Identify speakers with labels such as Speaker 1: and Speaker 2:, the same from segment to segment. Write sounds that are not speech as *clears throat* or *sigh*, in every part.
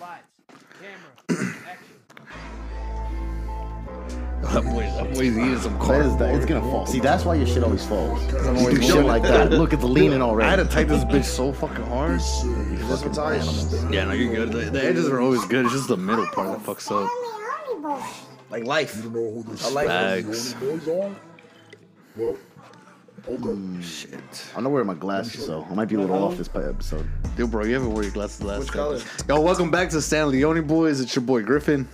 Speaker 1: Lights, camera, action.
Speaker 2: I'm waiting. I'm waiting. Eating some
Speaker 3: That is,
Speaker 2: corn.
Speaker 3: that, it's gonna fall. See, that's why your shit always falls. 'Cause I'm always
Speaker 2: Dude,
Speaker 3: shit
Speaker 2: yo,
Speaker 3: like that. Look at the *laughs* leaning
Speaker 2: I had
Speaker 3: already.
Speaker 2: to tight this bitch so fucking hard.
Speaker 3: Look at the animals.
Speaker 2: Yeah, no, you're good. The, the edges are always good. It's just the middle part that fucks up.
Speaker 4: Like life.
Speaker 5: You know who the
Speaker 4: I like
Speaker 5: snazzy
Speaker 2: Facts.
Speaker 5: horny boys are? Well, okay.
Speaker 2: Shit.
Speaker 3: I don't know where my glasses so I might be a little off this pa- episode.
Speaker 2: Dude, bro, you haven't worn your glasses last
Speaker 4: Which
Speaker 2: time.
Speaker 4: color?
Speaker 2: Yo, welcome back to Stan Leone Boys. It's your boy Griffin.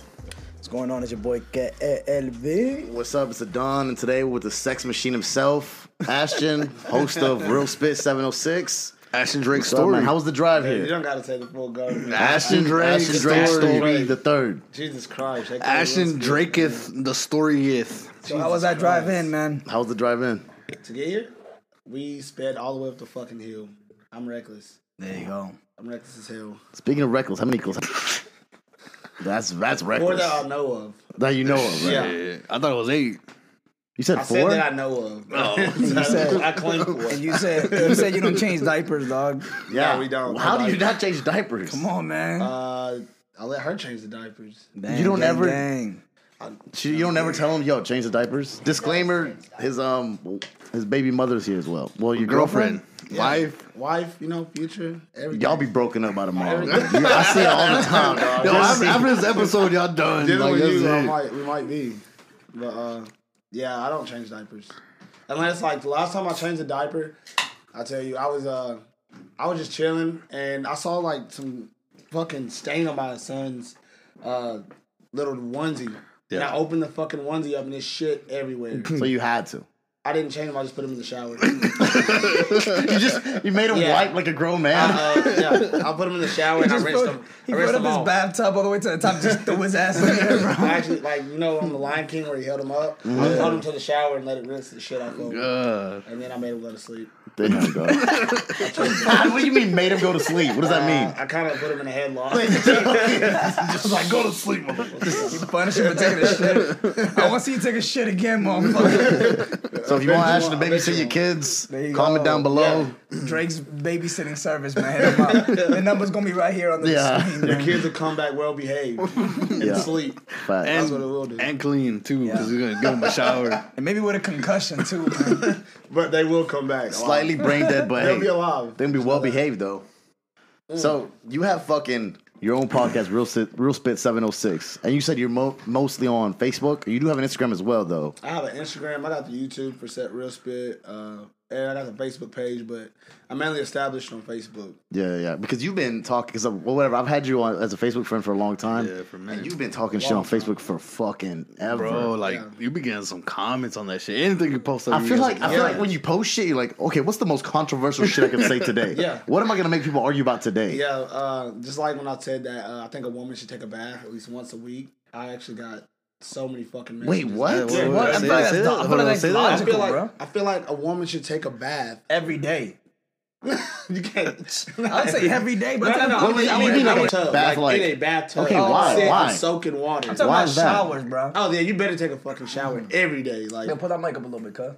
Speaker 4: What's going on? It's your boy E- KLB.
Speaker 3: What's up? It's Adon, and today we're with the sex machine himself, Ashton, host of Real Spit 706.
Speaker 2: Ashton Drake
Speaker 3: So, man,
Speaker 2: story.
Speaker 3: how was the drive
Speaker 6: You
Speaker 3: here?
Speaker 6: don't gotta say the full government.
Speaker 3: Ashton Drake, Ashton Drake story.
Speaker 6: story.
Speaker 3: the third.
Speaker 6: Jesus Christ. that guy
Speaker 2: Ashton
Speaker 6: was-
Speaker 2: Draketh, the storyeth.
Speaker 6: Jesus
Speaker 4: How was that drive
Speaker 6: Christ.
Speaker 4: in, man?
Speaker 3: How was the drive in?
Speaker 6: To get here, we sped all the way up to fucking hill. I'm reckless.
Speaker 4: There you go.
Speaker 6: I'm reckless as hell.
Speaker 3: Speaking of reckless, how many equals? *laughs* That's that's
Speaker 6: Four
Speaker 3: reckless.
Speaker 6: that I know of.
Speaker 3: That you know of, right?
Speaker 6: Yeah.
Speaker 2: I thought it was eight.
Speaker 3: You said
Speaker 6: I
Speaker 3: four.
Speaker 6: said that I know of. *laughs* I,
Speaker 4: said-
Speaker 6: I claim four.
Speaker 4: And you *laughs* said you said you don't change diapers, dog.
Speaker 3: yeah,
Speaker 6: No, we don't.
Speaker 3: How do you
Speaker 6: Nobody-
Speaker 3: not change diapers?
Speaker 4: Come on, man.
Speaker 6: Uh, I let her change the diapers.
Speaker 4: Bang,
Speaker 3: you don't
Speaker 4: bang,
Speaker 3: ever-
Speaker 4: bang.
Speaker 3: She, you don't ever tell him, yo, change the diapers. Disclaimer: his um his baby mother's here as well. Well, your girlfriend.
Speaker 2: Girlfriend, wife.
Speaker 6: Wife, you know, future, everything.
Speaker 3: Y'all be broken up by tomorrow. dude. I see it all the time. dog.
Speaker 2: Yo,
Speaker 3: Just
Speaker 2: after,
Speaker 3: see-
Speaker 2: after this episode, y'all done.
Speaker 6: Dealing
Speaker 2: Like,
Speaker 6: with
Speaker 2: that's
Speaker 6: you, I
Speaker 2: it.
Speaker 6: might, we might be. But uh, yeah, I don't change diapers. Unless like the last time I changed a diaper, I tell you, I was uh I was just chilling and I saw like some fucking stain on my son's uh little onesie. And I
Speaker 2: Yeah.
Speaker 6: opened the fucking onesie up and there's shit
Speaker 4: *laughs*
Speaker 6: everywhere.
Speaker 3: so you had to.
Speaker 6: I didn't change them, I just put them in the shower.
Speaker 3: You just you made him
Speaker 6: Yeah.
Speaker 3: wipe like a grown man.
Speaker 6: uh, yeah, I put them in the shower and I
Speaker 4: Just
Speaker 6: rinsed
Speaker 4: put-
Speaker 6: them.
Speaker 4: He
Speaker 6: I
Speaker 4: put
Speaker 6: rinsed
Speaker 4: up
Speaker 6: them
Speaker 4: his
Speaker 6: off.
Speaker 4: bathtub all the way to the top, *laughs* just threw his ass in
Speaker 2: *laughs*
Speaker 4: there, bro.
Speaker 6: I actually, like, you know, on the Lion King where he held him up, I just held him to the shower and let it rinse the shit off of him.
Speaker 2: Uh,
Speaker 6: And then I made him go to sleep.
Speaker 3: Damn, dog. what do you mean made him go to sleep? What does that
Speaker 6: Uh,
Speaker 3: mean?
Speaker 6: I kind of put him in a *laughs* headlock.
Speaker 2: *laughs* just like go to sleep, motherfucker.
Speaker 4: You punish him for taking a *laughs* shit. I want to see you take a shit again, motherfucker.
Speaker 3: So if you want
Speaker 6: you
Speaker 3: Ashton to
Speaker 6: want- I bet
Speaker 3: babysit
Speaker 6: you
Speaker 3: your
Speaker 6: want.
Speaker 3: kids,
Speaker 4: There you
Speaker 3: comment
Speaker 4: go.
Speaker 3: down below.
Speaker 4: Drake's babysitting service, man. Hit him up. The number's gonna be right here on the
Speaker 3: Yeah.
Speaker 6: *laughs*
Speaker 4: screen,
Speaker 6: Your
Speaker 4: man.
Speaker 6: kids will come back
Speaker 2: *laughs*
Speaker 6: well behaved and
Speaker 3: Yeah.
Speaker 6: sleep.
Speaker 3: Facts.
Speaker 6: That's what it will do.
Speaker 2: And, and clean too, because we're gonna give him a shower.
Speaker 4: And maybe with a concussion too, man.
Speaker 6: But they will come back.
Speaker 3: Slightly brain dead, but
Speaker 6: They'll
Speaker 3: hey,
Speaker 6: be alive.
Speaker 3: They'll be well behaved though. So you have fucking your own podcast, Real Sit, Real Spit Seven Hundred Six, and you said you're mo- mostly on Facebook. You do have an Instagram as well, though.
Speaker 6: I have an Instagram. I got the YouTube for Set Real Spit. Uh, and I got the Facebook page, but I'm mainly established on Facebook.
Speaker 3: Yeah, yeah. Because you've been talking, because well, whatever. I've had you on as a Facebook friend for a long time.
Speaker 2: Yeah, for a minute.
Speaker 3: And you've been talking shit on Facebook for fucking ever.
Speaker 2: Bro, like you be getting some comments on that shit. Anything you post, up,
Speaker 3: I
Speaker 2: you
Speaker 3: feel
Speaker 2: get
Speaker 3: like
Speaker 2: some-
Speaker 3: I feel like when you post shit, you're like, okay, what's the most controversial shit I can say today?
Speaker 6: Yeah.
Speaker 3: What am I gonna make people argue about today?
Speaker 6: Yeah, uh, just like when I said that uh, I think a woman should take a bath at least once a week. I actually got so many fucking messages.
Speaker 3: Wait, what?
Speaker 2: Yeah,
Speaker 4: What? I
Speaker 2: Say
Speaker 4: feel
Speaker 2: that,
Speaker 4: like
Speaker 2: say
Speaker 4: that's
Speaker 2: that.
Speaker 4: not- I feel
Speaker 2: Hold on,
Speaker 4: like that's
Speaker 2: say that.
Speaker 6: I feel
Speaker 4: logical,
Speaker 6: like
Speaker 4: bro.
Speaker 6: I feel like a woman should take a bath. *laughs*
Speaker 4: Every day.
Speaker 6: you
Speaker 3: *laughs*
Speaker 6: can't. *laughs*
Speaker 4: I'd say every day, but
Speaker 6: No, no,
Speaker 4: I'm
Speaker 6: no,
Speaker 4: talking-
Speaker 6: I mean,
Speaker 3: you
Speaker 6: I
Speaker 3: mean
Speaker 6: mean,
Speaker 3: like a
Speaker 6: a tub,
Speaker 3: bath,
Speaker 6: like,
Speaker 3: like-
Speaker 6: in a bathtub.
Speaker 3: Okay,
Speaker 6: Oh,
Speaker 3: why?
Speaker 6: sit in
Speaker 3: Why?
Speaker 6: Soaking water.
Speaker 4: I'm talking
Speaker 3: Why
Speaker 4: about
Speaker 3: is that?
Speaker 4: showers, bro.
Speaker 6: Oh yeah, you better take a fucking shower
Speaker 3: Mm.
Speaker 6: every day. Like,
Speaker 4: Then put that mic up a little bit, cuz.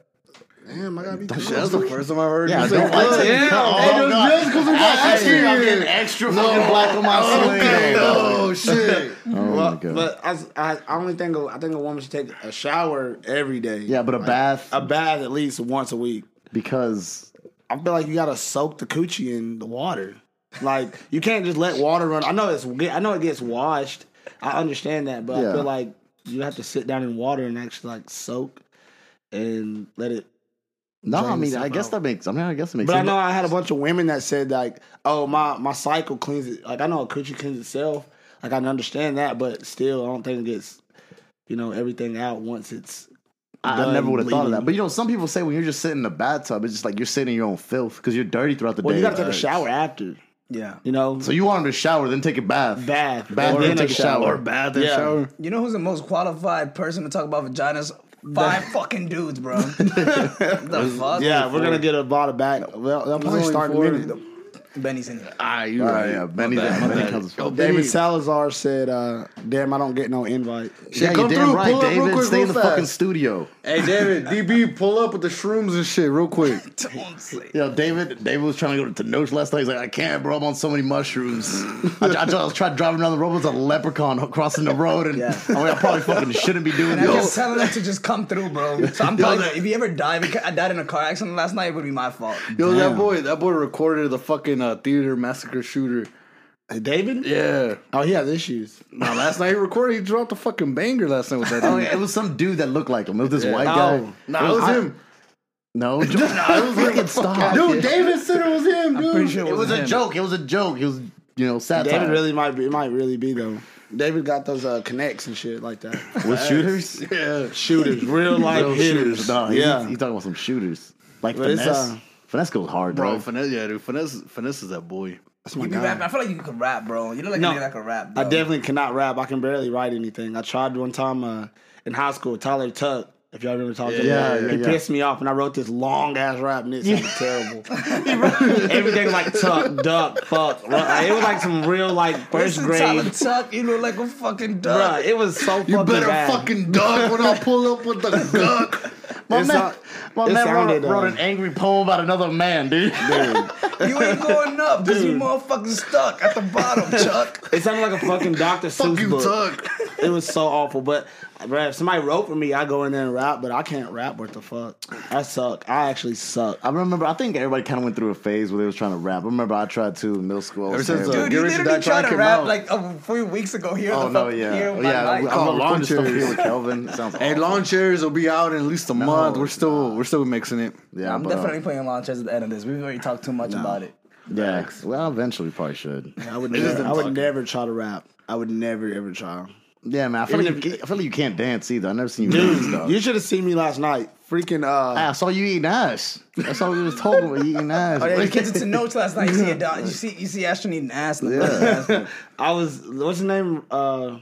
Speaker 6: damn, I gotta be.
Speaker 2: Shit, that's
Speaker 6: *laughs*
Speaker 2: the first time I heard.
Speaker 3: Yeah,
Speaker 2: you
Speaker 3: I
Speaker 2: say
Speaker 3: don't like
Speaker 2: that.
Speaker 3: that. Oh, no. Actually, I'm
Speaker 6: *laughs*
Speaker 3: getting extra fucking black on my
Speaker 2: Okay,
Speaker 3: sleeve.
Speaker 2: oh shit.
Speaker 3: Oh
Speaker 6: Well,
Speaker 3: my god.
Speaker 6: but I, I, I only think a, I think a woman should take a shower every day.
Speaker 3: yeah, but a bath
Speaker 6: a bath at least once a week.
Speaker 3: because
Speaker 6: I feel like you gotta soak the coochie in the water. Like you can't just let water run. I know it's I know it gets washed. I understand that, but
Speaker 3: Yeah.
Speaker 6: I feel like you have to sit down in water and actually like soak and let it.
Speaker 3: no, I
Speaker 6: Drain
Speaker 3: mean,
Speaker 6: stuff
Speaker 3: I guess
Speaker 6: out.
Speaker 3: that makes. I mean, I guess it makes.
Speaker 6: But I
Speaker 3: sense.
Speaker 6: know I had a bunch of women that said like, "Oh, my my cycle cleans it." Like I know a coochie cleans itself. Like I understand that, but still, I don't think it gets you know everything out once it's.
Speaker 3: I, I
Speaker 6: done
Speaker 3: never would have thought of
Speaker 6: bleeding.
Speaker 3: that. But you know, some people say when you're just sitting in the bathtub, it's just like you're sitting in your own filth because you're dirty throughout the
Speaker 6: Well,
Speaker 3: day.
Speaker 6: you gotta take a shower after.
Speaker 4: Yeah.
Speaker 6: You know,
Speaker 3: So you want him to shower, then take a bath.
Speaker 6: bath,
Speaker 3: bath,
Speaker 6: and
Speaker 3: then
Speaker 6: then
Speaker 3: take a shower.
Speaker 2: Or bath and
Speaker 6: Yeah.
Speaker 2: shower.
Speaker 4: You know who's the most qualified person to talk about vaginas? Five fucking dudes, bro. *laughs* the fuck?
Speaker 6: Yeah, we're gonna get a bottle back. Well, they'll probably
Speaker 2: only
Speaker 6: start
Speaker 2: four.
Speaker 6: minute.
Speaker 4: Benny's in it.
Speaker 2: Ah, you
Speaker 3: All
Speaker 2: right.
Speaker 3: right, yeah, Benny,
Speaker 2: My bad, my
Speaker 3: Benny
Speaker 2: bad.
Speaker 3: comes
Speaker 2: Yo,
Speaker 6: David
Speaker 2: Benny.
Speaker 6: Salazar said, uh, "Damn, I don't get no invite."
Speaker 3: Yeah,
Speaker 2: come
Speaker 3: you're damn
Speaker 2: through,
Speaker 3: right,
Speaker 2: pull up real
Speaker 3: David.
Speaker 2: quick,
Speaker 3: Stay in
Speaker 2: real
Speaker 3: the fucking
Speaker 2: fast.
Speaker 3: studio.
Speaker 2: Hey, David, DB, pull up with the shrooms and shit real quick.
Speaker 4: Don't say.
Speaker 3: Yo, David, David was trying to go to Tenoch last night. He's like, I can't, bro. I'm on so many mushrooms. I, I, I was trying to drive around the road. It was a leprechaun crossing the road, and
Speaker 4: Yeah.
Speaker 3: I, mean, I probably fucking shouldn't be doing
Speaker 4: And I kept
Speaker 3: this.
Speaker 4: telling him to just come through,
Speaker 6: *laughs*
Speaker 4: bro. So I'm probably, if you ever die, if I died in a car accident last night, it would be my fault.
Speaker 2: *laughs* Yo,
Speaker 6: Damn.
Speaker 2: that boy, that boy recorded the fucking uh, theater massacre shooter.
Speaker 6: Hey, David?
Speaker 2: Yeah.
Speaker 6: Oh, he has issues.
Speaker 2: Now last night he recorded. He dropped a fucking banger last night with that.
Speaker 3: Oh,
Speaker 2: dude.
Speaker 3: yeah, it was some dude that looked like him. It was this white guy.
Speaker 2: No, no, it was
Speaker 3: I-
Speaker 2: him.
Speaker 3: No, jo- no, it was fucking stop.
Speaker 2: Dude, David said it was him, dude.
Speaker 4: Pretty sure
Speaker 3: it was a
Speaker 2: him.
Speaker 3: joke. It was a joke. It was, you know, satire.
Speaker 6: David really might be. It might really be though. David got those uh, connects and shit like that.
Speaker 3: with shooters.
Speaker 2: Yeah.
Speaker 6: *laughs* Shooters, real life
Speaker 3: Real
Speaker 6: hitters.
Speaker 3: Nah, he's,
Speaker 6: yeah,
Speaker 3: he's, talking about some shooters. Like
Speaker 6: But it's,
Speaker 3: finesse.
Speaker 6: uh,
Speaker 3: finesse goes hard,
Speaker 2: Bro,
Speaker 3: bro.
Speaker 2: finesse, yeah, dude, finesse, finesse is that boy.
Speaker 6: that's Oh my
Speaker 4: You be
Speaker 6: guy.
Speaker 4: rapping. I feel like you could rap, bro. You look like
Speaker 6: No.
Speaker 4: a nigga that could rap.
Speaker 6: I
Speaker 4: bro.
Speaker 6: definitely cannot rap. I can barely write anything. I tried one time uh, in high school. Tyler Tuck, if y'all remember Tyler Tuck,
Speaker 3: Yeah, yeah,
Speaker 6: he
Speaker 3: yeah.
Speaker 6: pissed me off, and I wrote this long ass rap, and
Speaker 3: *laughs*
Speaker 6: it sounded terrible. Everything like Tuck, Duck, Fuck. ru- Like, it was like some real like first
Speaker 4: Listen, Tyler
Speaker 6: grade.
Speaker 4: Tuck, you look like a fucking
Speaker 6: Bruh,
Speaker 4: dog.
Speaker 6: it was so fucking
Speaker 2: You better
Speaker 6: bad.
Speaker 2: fucking duck when I pull up *laughs* with the guck.
Speaker 3: my
Speaker 6: It's
Speaker 3: man,
Speaker 6: not-
Speaker 3: my
Speaker 6: it
Speaker 3: man
Speaker 6: sounded,
Speaker 3: wrote, wrote
Speaker 6: uh,
Speaker 3: an angry poem about another man, dude.
Speaker 4: You ain't going up because you motherfucking stuck at the bottom,
Speaker 6: *laughs*
Speaker 4: Chuck.
Speaker 6: It sounded like a fucking Dr. Seuss
Speaker 2: Fuck you,
Speaker 6: book.
Speaker 2: Tuck.
Speaker 6: It was so awful. But bruh, if somebody wrote for me, I go in there and rap, but I can't rap worth the fuck. I suck. I actually suck.
Speaker 3: I remember. I think *laughs* everybody kind of went through a phase where they was trying to rap. I remember I tried to in middle school. I was
Speaker 2: Ever since,
Speaker 3: terrible.
Speaker 2: uh,
Speaker 4: Dude,
Speaker 2: Get
Speaker 4: you
Speaker 2: Rich or Die
Speaker 4: literally tried
Speaker 2: Trying
Speaker 4: to
Speaker 2: came
Speaker 4: rap
Speaker 2: out.
Speaker 4: like a few weeks ago here.
Speaker 3: oh
Speaker 4: the
Speaker 3: no,
Speaker 4: fuck
Speaker 3: yeah,
Speaker 4: here with my
Speaker 3: yeah.
Speaker 4: mic.
Speaker 3: I'm
Speaker 2: Oh, lawn
Speaker 3: recording stuff here
Speaker 2: chairs.
Speaker 3: with Kelvin. It sounds
Speaker 2: Hey,
Speaker 3: awful.
Speaker 2: lawn chairs will be out in at least a month. We're
Speaker 3: it's
Speaker 2: still, we're still mixing it.
Speaker 3: Yeah,
Speaker 4: I'm
Speaker 3: but,
Speaker 4: definitely playing lawn chairs at the end of this. We've already talked too much about it.
Speaker 3: Uh, yeah, well, eventually we probably should.
Speaker 6: I would,
Speaker 2: It
Speaker 6: never,
Speaker 2: isn't
Speaker 6: I would
Speaker 2: fucking-
Speaker 6: never try to rap. I would never ever try.
Speaker 3: Yeah, man. I feel,
Speaker 6: Even
Speaker 3: like you,
Speaker 6: if-
Speaker 3: ca- I feel like you can't dance either. I never seen you dance though.
Speaker 6: You should have seen me last night. Freaking uh,
Speaker 3: Ah, I saw you eating ass. That's all we was told about you eating ass.
Speaker 4: Oh yeah, you kids it to notes last night. You *laughs* see, a dog, you see, you see Ashton eating *laughs* ass. In the yeah.
Speaker 6: I was what's his name? Uh,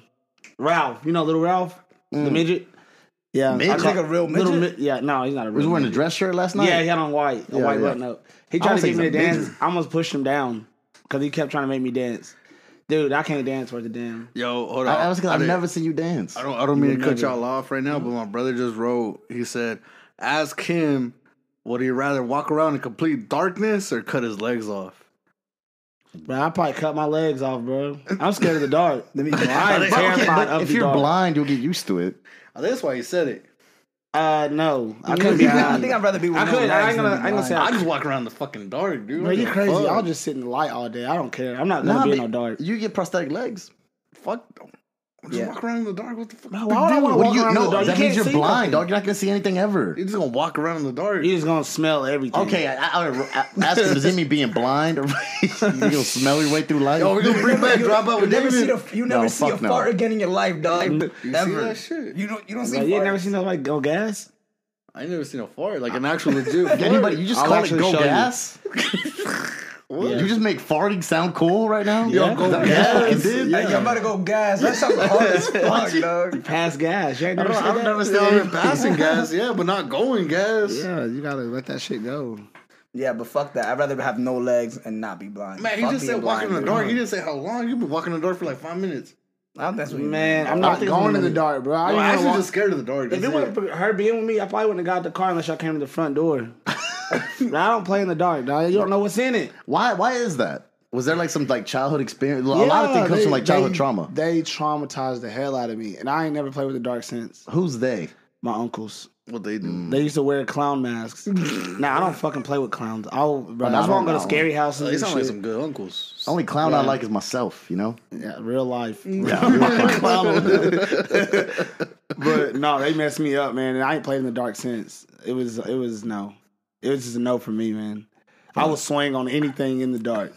Speaker 6: Ralph. You know, little Ralph, the midget. Yeah,
Speaker 3: Midget?
Speaker 6: I call-
Speaker 4: Like a real
Speaker 6: little
Speaker 4: midget?
Speaker 6: mi- yeah, no, he's not a
Speaker 3: was
Speaker 6: real.
Speaker 3: you wearing a
Speaker 6: midget.
Speaker 3: dress shirt last night.
Speaker 6: Yeah, he had on white, a
Speaker 3: Yeah,
Speaker 6: white
Speaker 3: yeah.
Speaker 6: button up.
Speaker 3: I
Speaker 6: He tried
Speaker 3: don't
Speaker 6: to
Speaker 3: think
Speaker 6: get me to
Speaker 3: he's a
Speaker 6: dance.
Speaker 3: midget.
Speaker 6: I almost pushed him down because he kept trying to make me dance. Dude, I can't dance worth a damn.
Speaker 2: Yo, hold on.
Speaker 3: I, I was. I've
Speaker 2: didn't-
Speaker 3: never seen you dance.
Speaker 2: I don't. I don't mean to cut y'all off right now, but my brother just wrote. He said, "Ask him, would he rather walk around in complete darkness or cut his legs off?"
Speaker 6: Bro, I probably cut my legs off, bro. I'm scared of the dark. I am
Speaker 2: But okay,
Speaker 6: terrified
Speaker 3: But
Speaker 6: of
Speaker 3: if
Speaker 6: the
Speaker 3: you're
Speaker 6: dark.
Speaker 3: blind, you'll get used to it.
Speaker 2: Oh, that's why he said it.
Speaker 6: uh, no, I couldn't be blind.
Speaker 4: I think I'd rather be with
Speaker 6: I
Speaker 4: no
Speaker 6: couldn't. I
Speaker 4: legs
Speaker 6: ain't
Speaker 4: than
Speaker 6: gonna. I
Speaker 4: be
Speaker 6: ain't gonna say.
Speaker 2: I
Speaker 6: I
Speaker 2: just walk around in the fucking dark, dude.
Speaker 6: Bro,
Speaker 2: What
Speaker 6: you
Speaker 2: the
Speaker 6: crazy.
Speaker 2: fuck?
Speaker 6: I'll just sit in the light all day. I don't care. I'm not gonna
Speaker 3: Nah,
Speaker 6: be in
Speaker 3: but
Speaker 6: no dark.
Speaker 3: You get prosthetic legs.
Speaker 2: fuck. Them. Just
Speaker 4: Yeah.
Speaker 2: walk around in the dark. What the fuck?
Speaker 6: Why would I wanna
Speaker 3: What
Speaker 6: walk
Speaker 3: do you
Speaker 6: around in the
Speaker 3: know?
Speaker 6: dark?
Speaker 3: That
Speaker 6: You
Speaker 3: means
Speaker 6: can't
Speaker 3: you're
Speaker 6: see
Speaker 3: blind,
Speaker 6: nothing.
Speaker 3: dog. You're not gonna see anything ever.
Speaker 2: You're just gonna walk around in the dark.
Speaker 6: You're just gonna smell everything.
Speaker 3: Okay, I, I, I ask him, is it me being blind or *laughs* you gonna smell your way through life?
Speaker 2: Yo, we gonna bring back drop out
Speaker 4: You
Speaker 2: with
Speaker 4: never
Speaker 2: David.
Speaker 4: see the you never
Speaker 3: No,
Speaker 4: see a
Speaker 3: fuck no.
Speaker 4: fart again in your life, dog.
Speaker 2: you see
Speaker 4: Ever.
Speaker 2: that shit?
Speaker 4: You don't you don't see
Speaker 6: Like, you ain't
Speaker 4: farts.
Speaker 6: never seen nobody go gas?
Speaker 2: I ain't never seen a fart like an actual legit.
Speaker 6: *laughs*
Speaker 2: fart.
Speaker 3: Anybody, you just
Speaker 6: I'll
Speaker 3: call it
Speaker 6: actually
Speaker 3: go
Speaker 6: show you.
Speaker 3: gas?
Speaker 6: Yeah.
Speaker 3: *laughs* You just make farting sound cool right now?
Speaker 6: Yeah. Go
Speaker 3: gas. dude.
Speaker 4: Hey, y'all better go gas. That sounds hard as *laughs* fuck, dog.
Speaker 6: Pass gas. You ain't
Speaker 2: I
Speaker 6: never
Speaker 2: don't,
Speaker 6: seen *laughs*
Speaker 2: I don't
Speaker 6: that?
Speaker 2: understand yeah. passing gas, yeah, but not going gas.
Speaker 6: Yeah, you gotta let that shit go.
Speaker 4: Yeah, but fuck that. I'd rather have no legs and not be blind.
Speaker 2: Man, he
Speaker 4: Fuck
Speaker 2: just
Speaker 4: being
Speaker 2: said walking in
Speaker 4: blind,
Speaker 2: the dark. He didn't say how long. You've been walking in the dark for like five minutes.
Speaker 4: dude. I don't think that's what he
Speaker 6: Man,
Speaker 4: meant.
Speaker 6: I'm
Speaker 3: I
Speaker 6: not
Speaker 3: think
Speaker 6: going
Speaker 3: it's
Speaker 6: in the
Speaker 3: me.
Speaker 6: dark, bro. I
Speaker 2: I'm
Speaker 6: ain't gonna
Speaker 2: actually
Speaker 6: walk-
Speaker 2: just scared of the dark.
Speaker 6: if
Speaker 2: That's
Speaker 6: it
Speaker 2: it.
Speaker 6: wasn't for her being with me, I probably wouldn't have got out the car unless I came to the front door. *laughs* Nah, I don't play in the dark, dog. You don't know what's in it.
Speaker 3: Why? Why is that? Was there like some like childhood experience? a lot of things comes from like childhood trauma.
Speaker 6: They traumatized the hell out of me, and I ain't never played with the dark since.
Speaker 3: Who's they?
Speaker 6: My uncles.
Speaker 2: what they do.
Speaker 6: They used to wear
Speaker 3: *laughs*
Speaker 6: clown masks. nah, I don't fucking play with clowns. I'll, bro,
Speaker 3: Oh, no,
Speaker 6: that's why
Speaker 3: I
Speaker 6: I'm
Speaker 3: don't
Speaker 6: going to
Speaker 3: know.
Speaker 6: scary houses.
Speaker 2: They
Speaker 6: and
Speaker 2: sound like
Speaker 6: shit.
Speaker 2: some good uncles.
Speaker 3: Only clown I
Speaker 6: Yeah.
Speaker 3: like is myself. You know.
Speaker 6: yeah, real life. *laughs*
Speaker 3: Yeah. *laughs*
Speaker 6: but no, they messed me up, man. And I ain't played in the dark since. It was, it was no, it was just a no for me, man. I would swing on anything in the dark.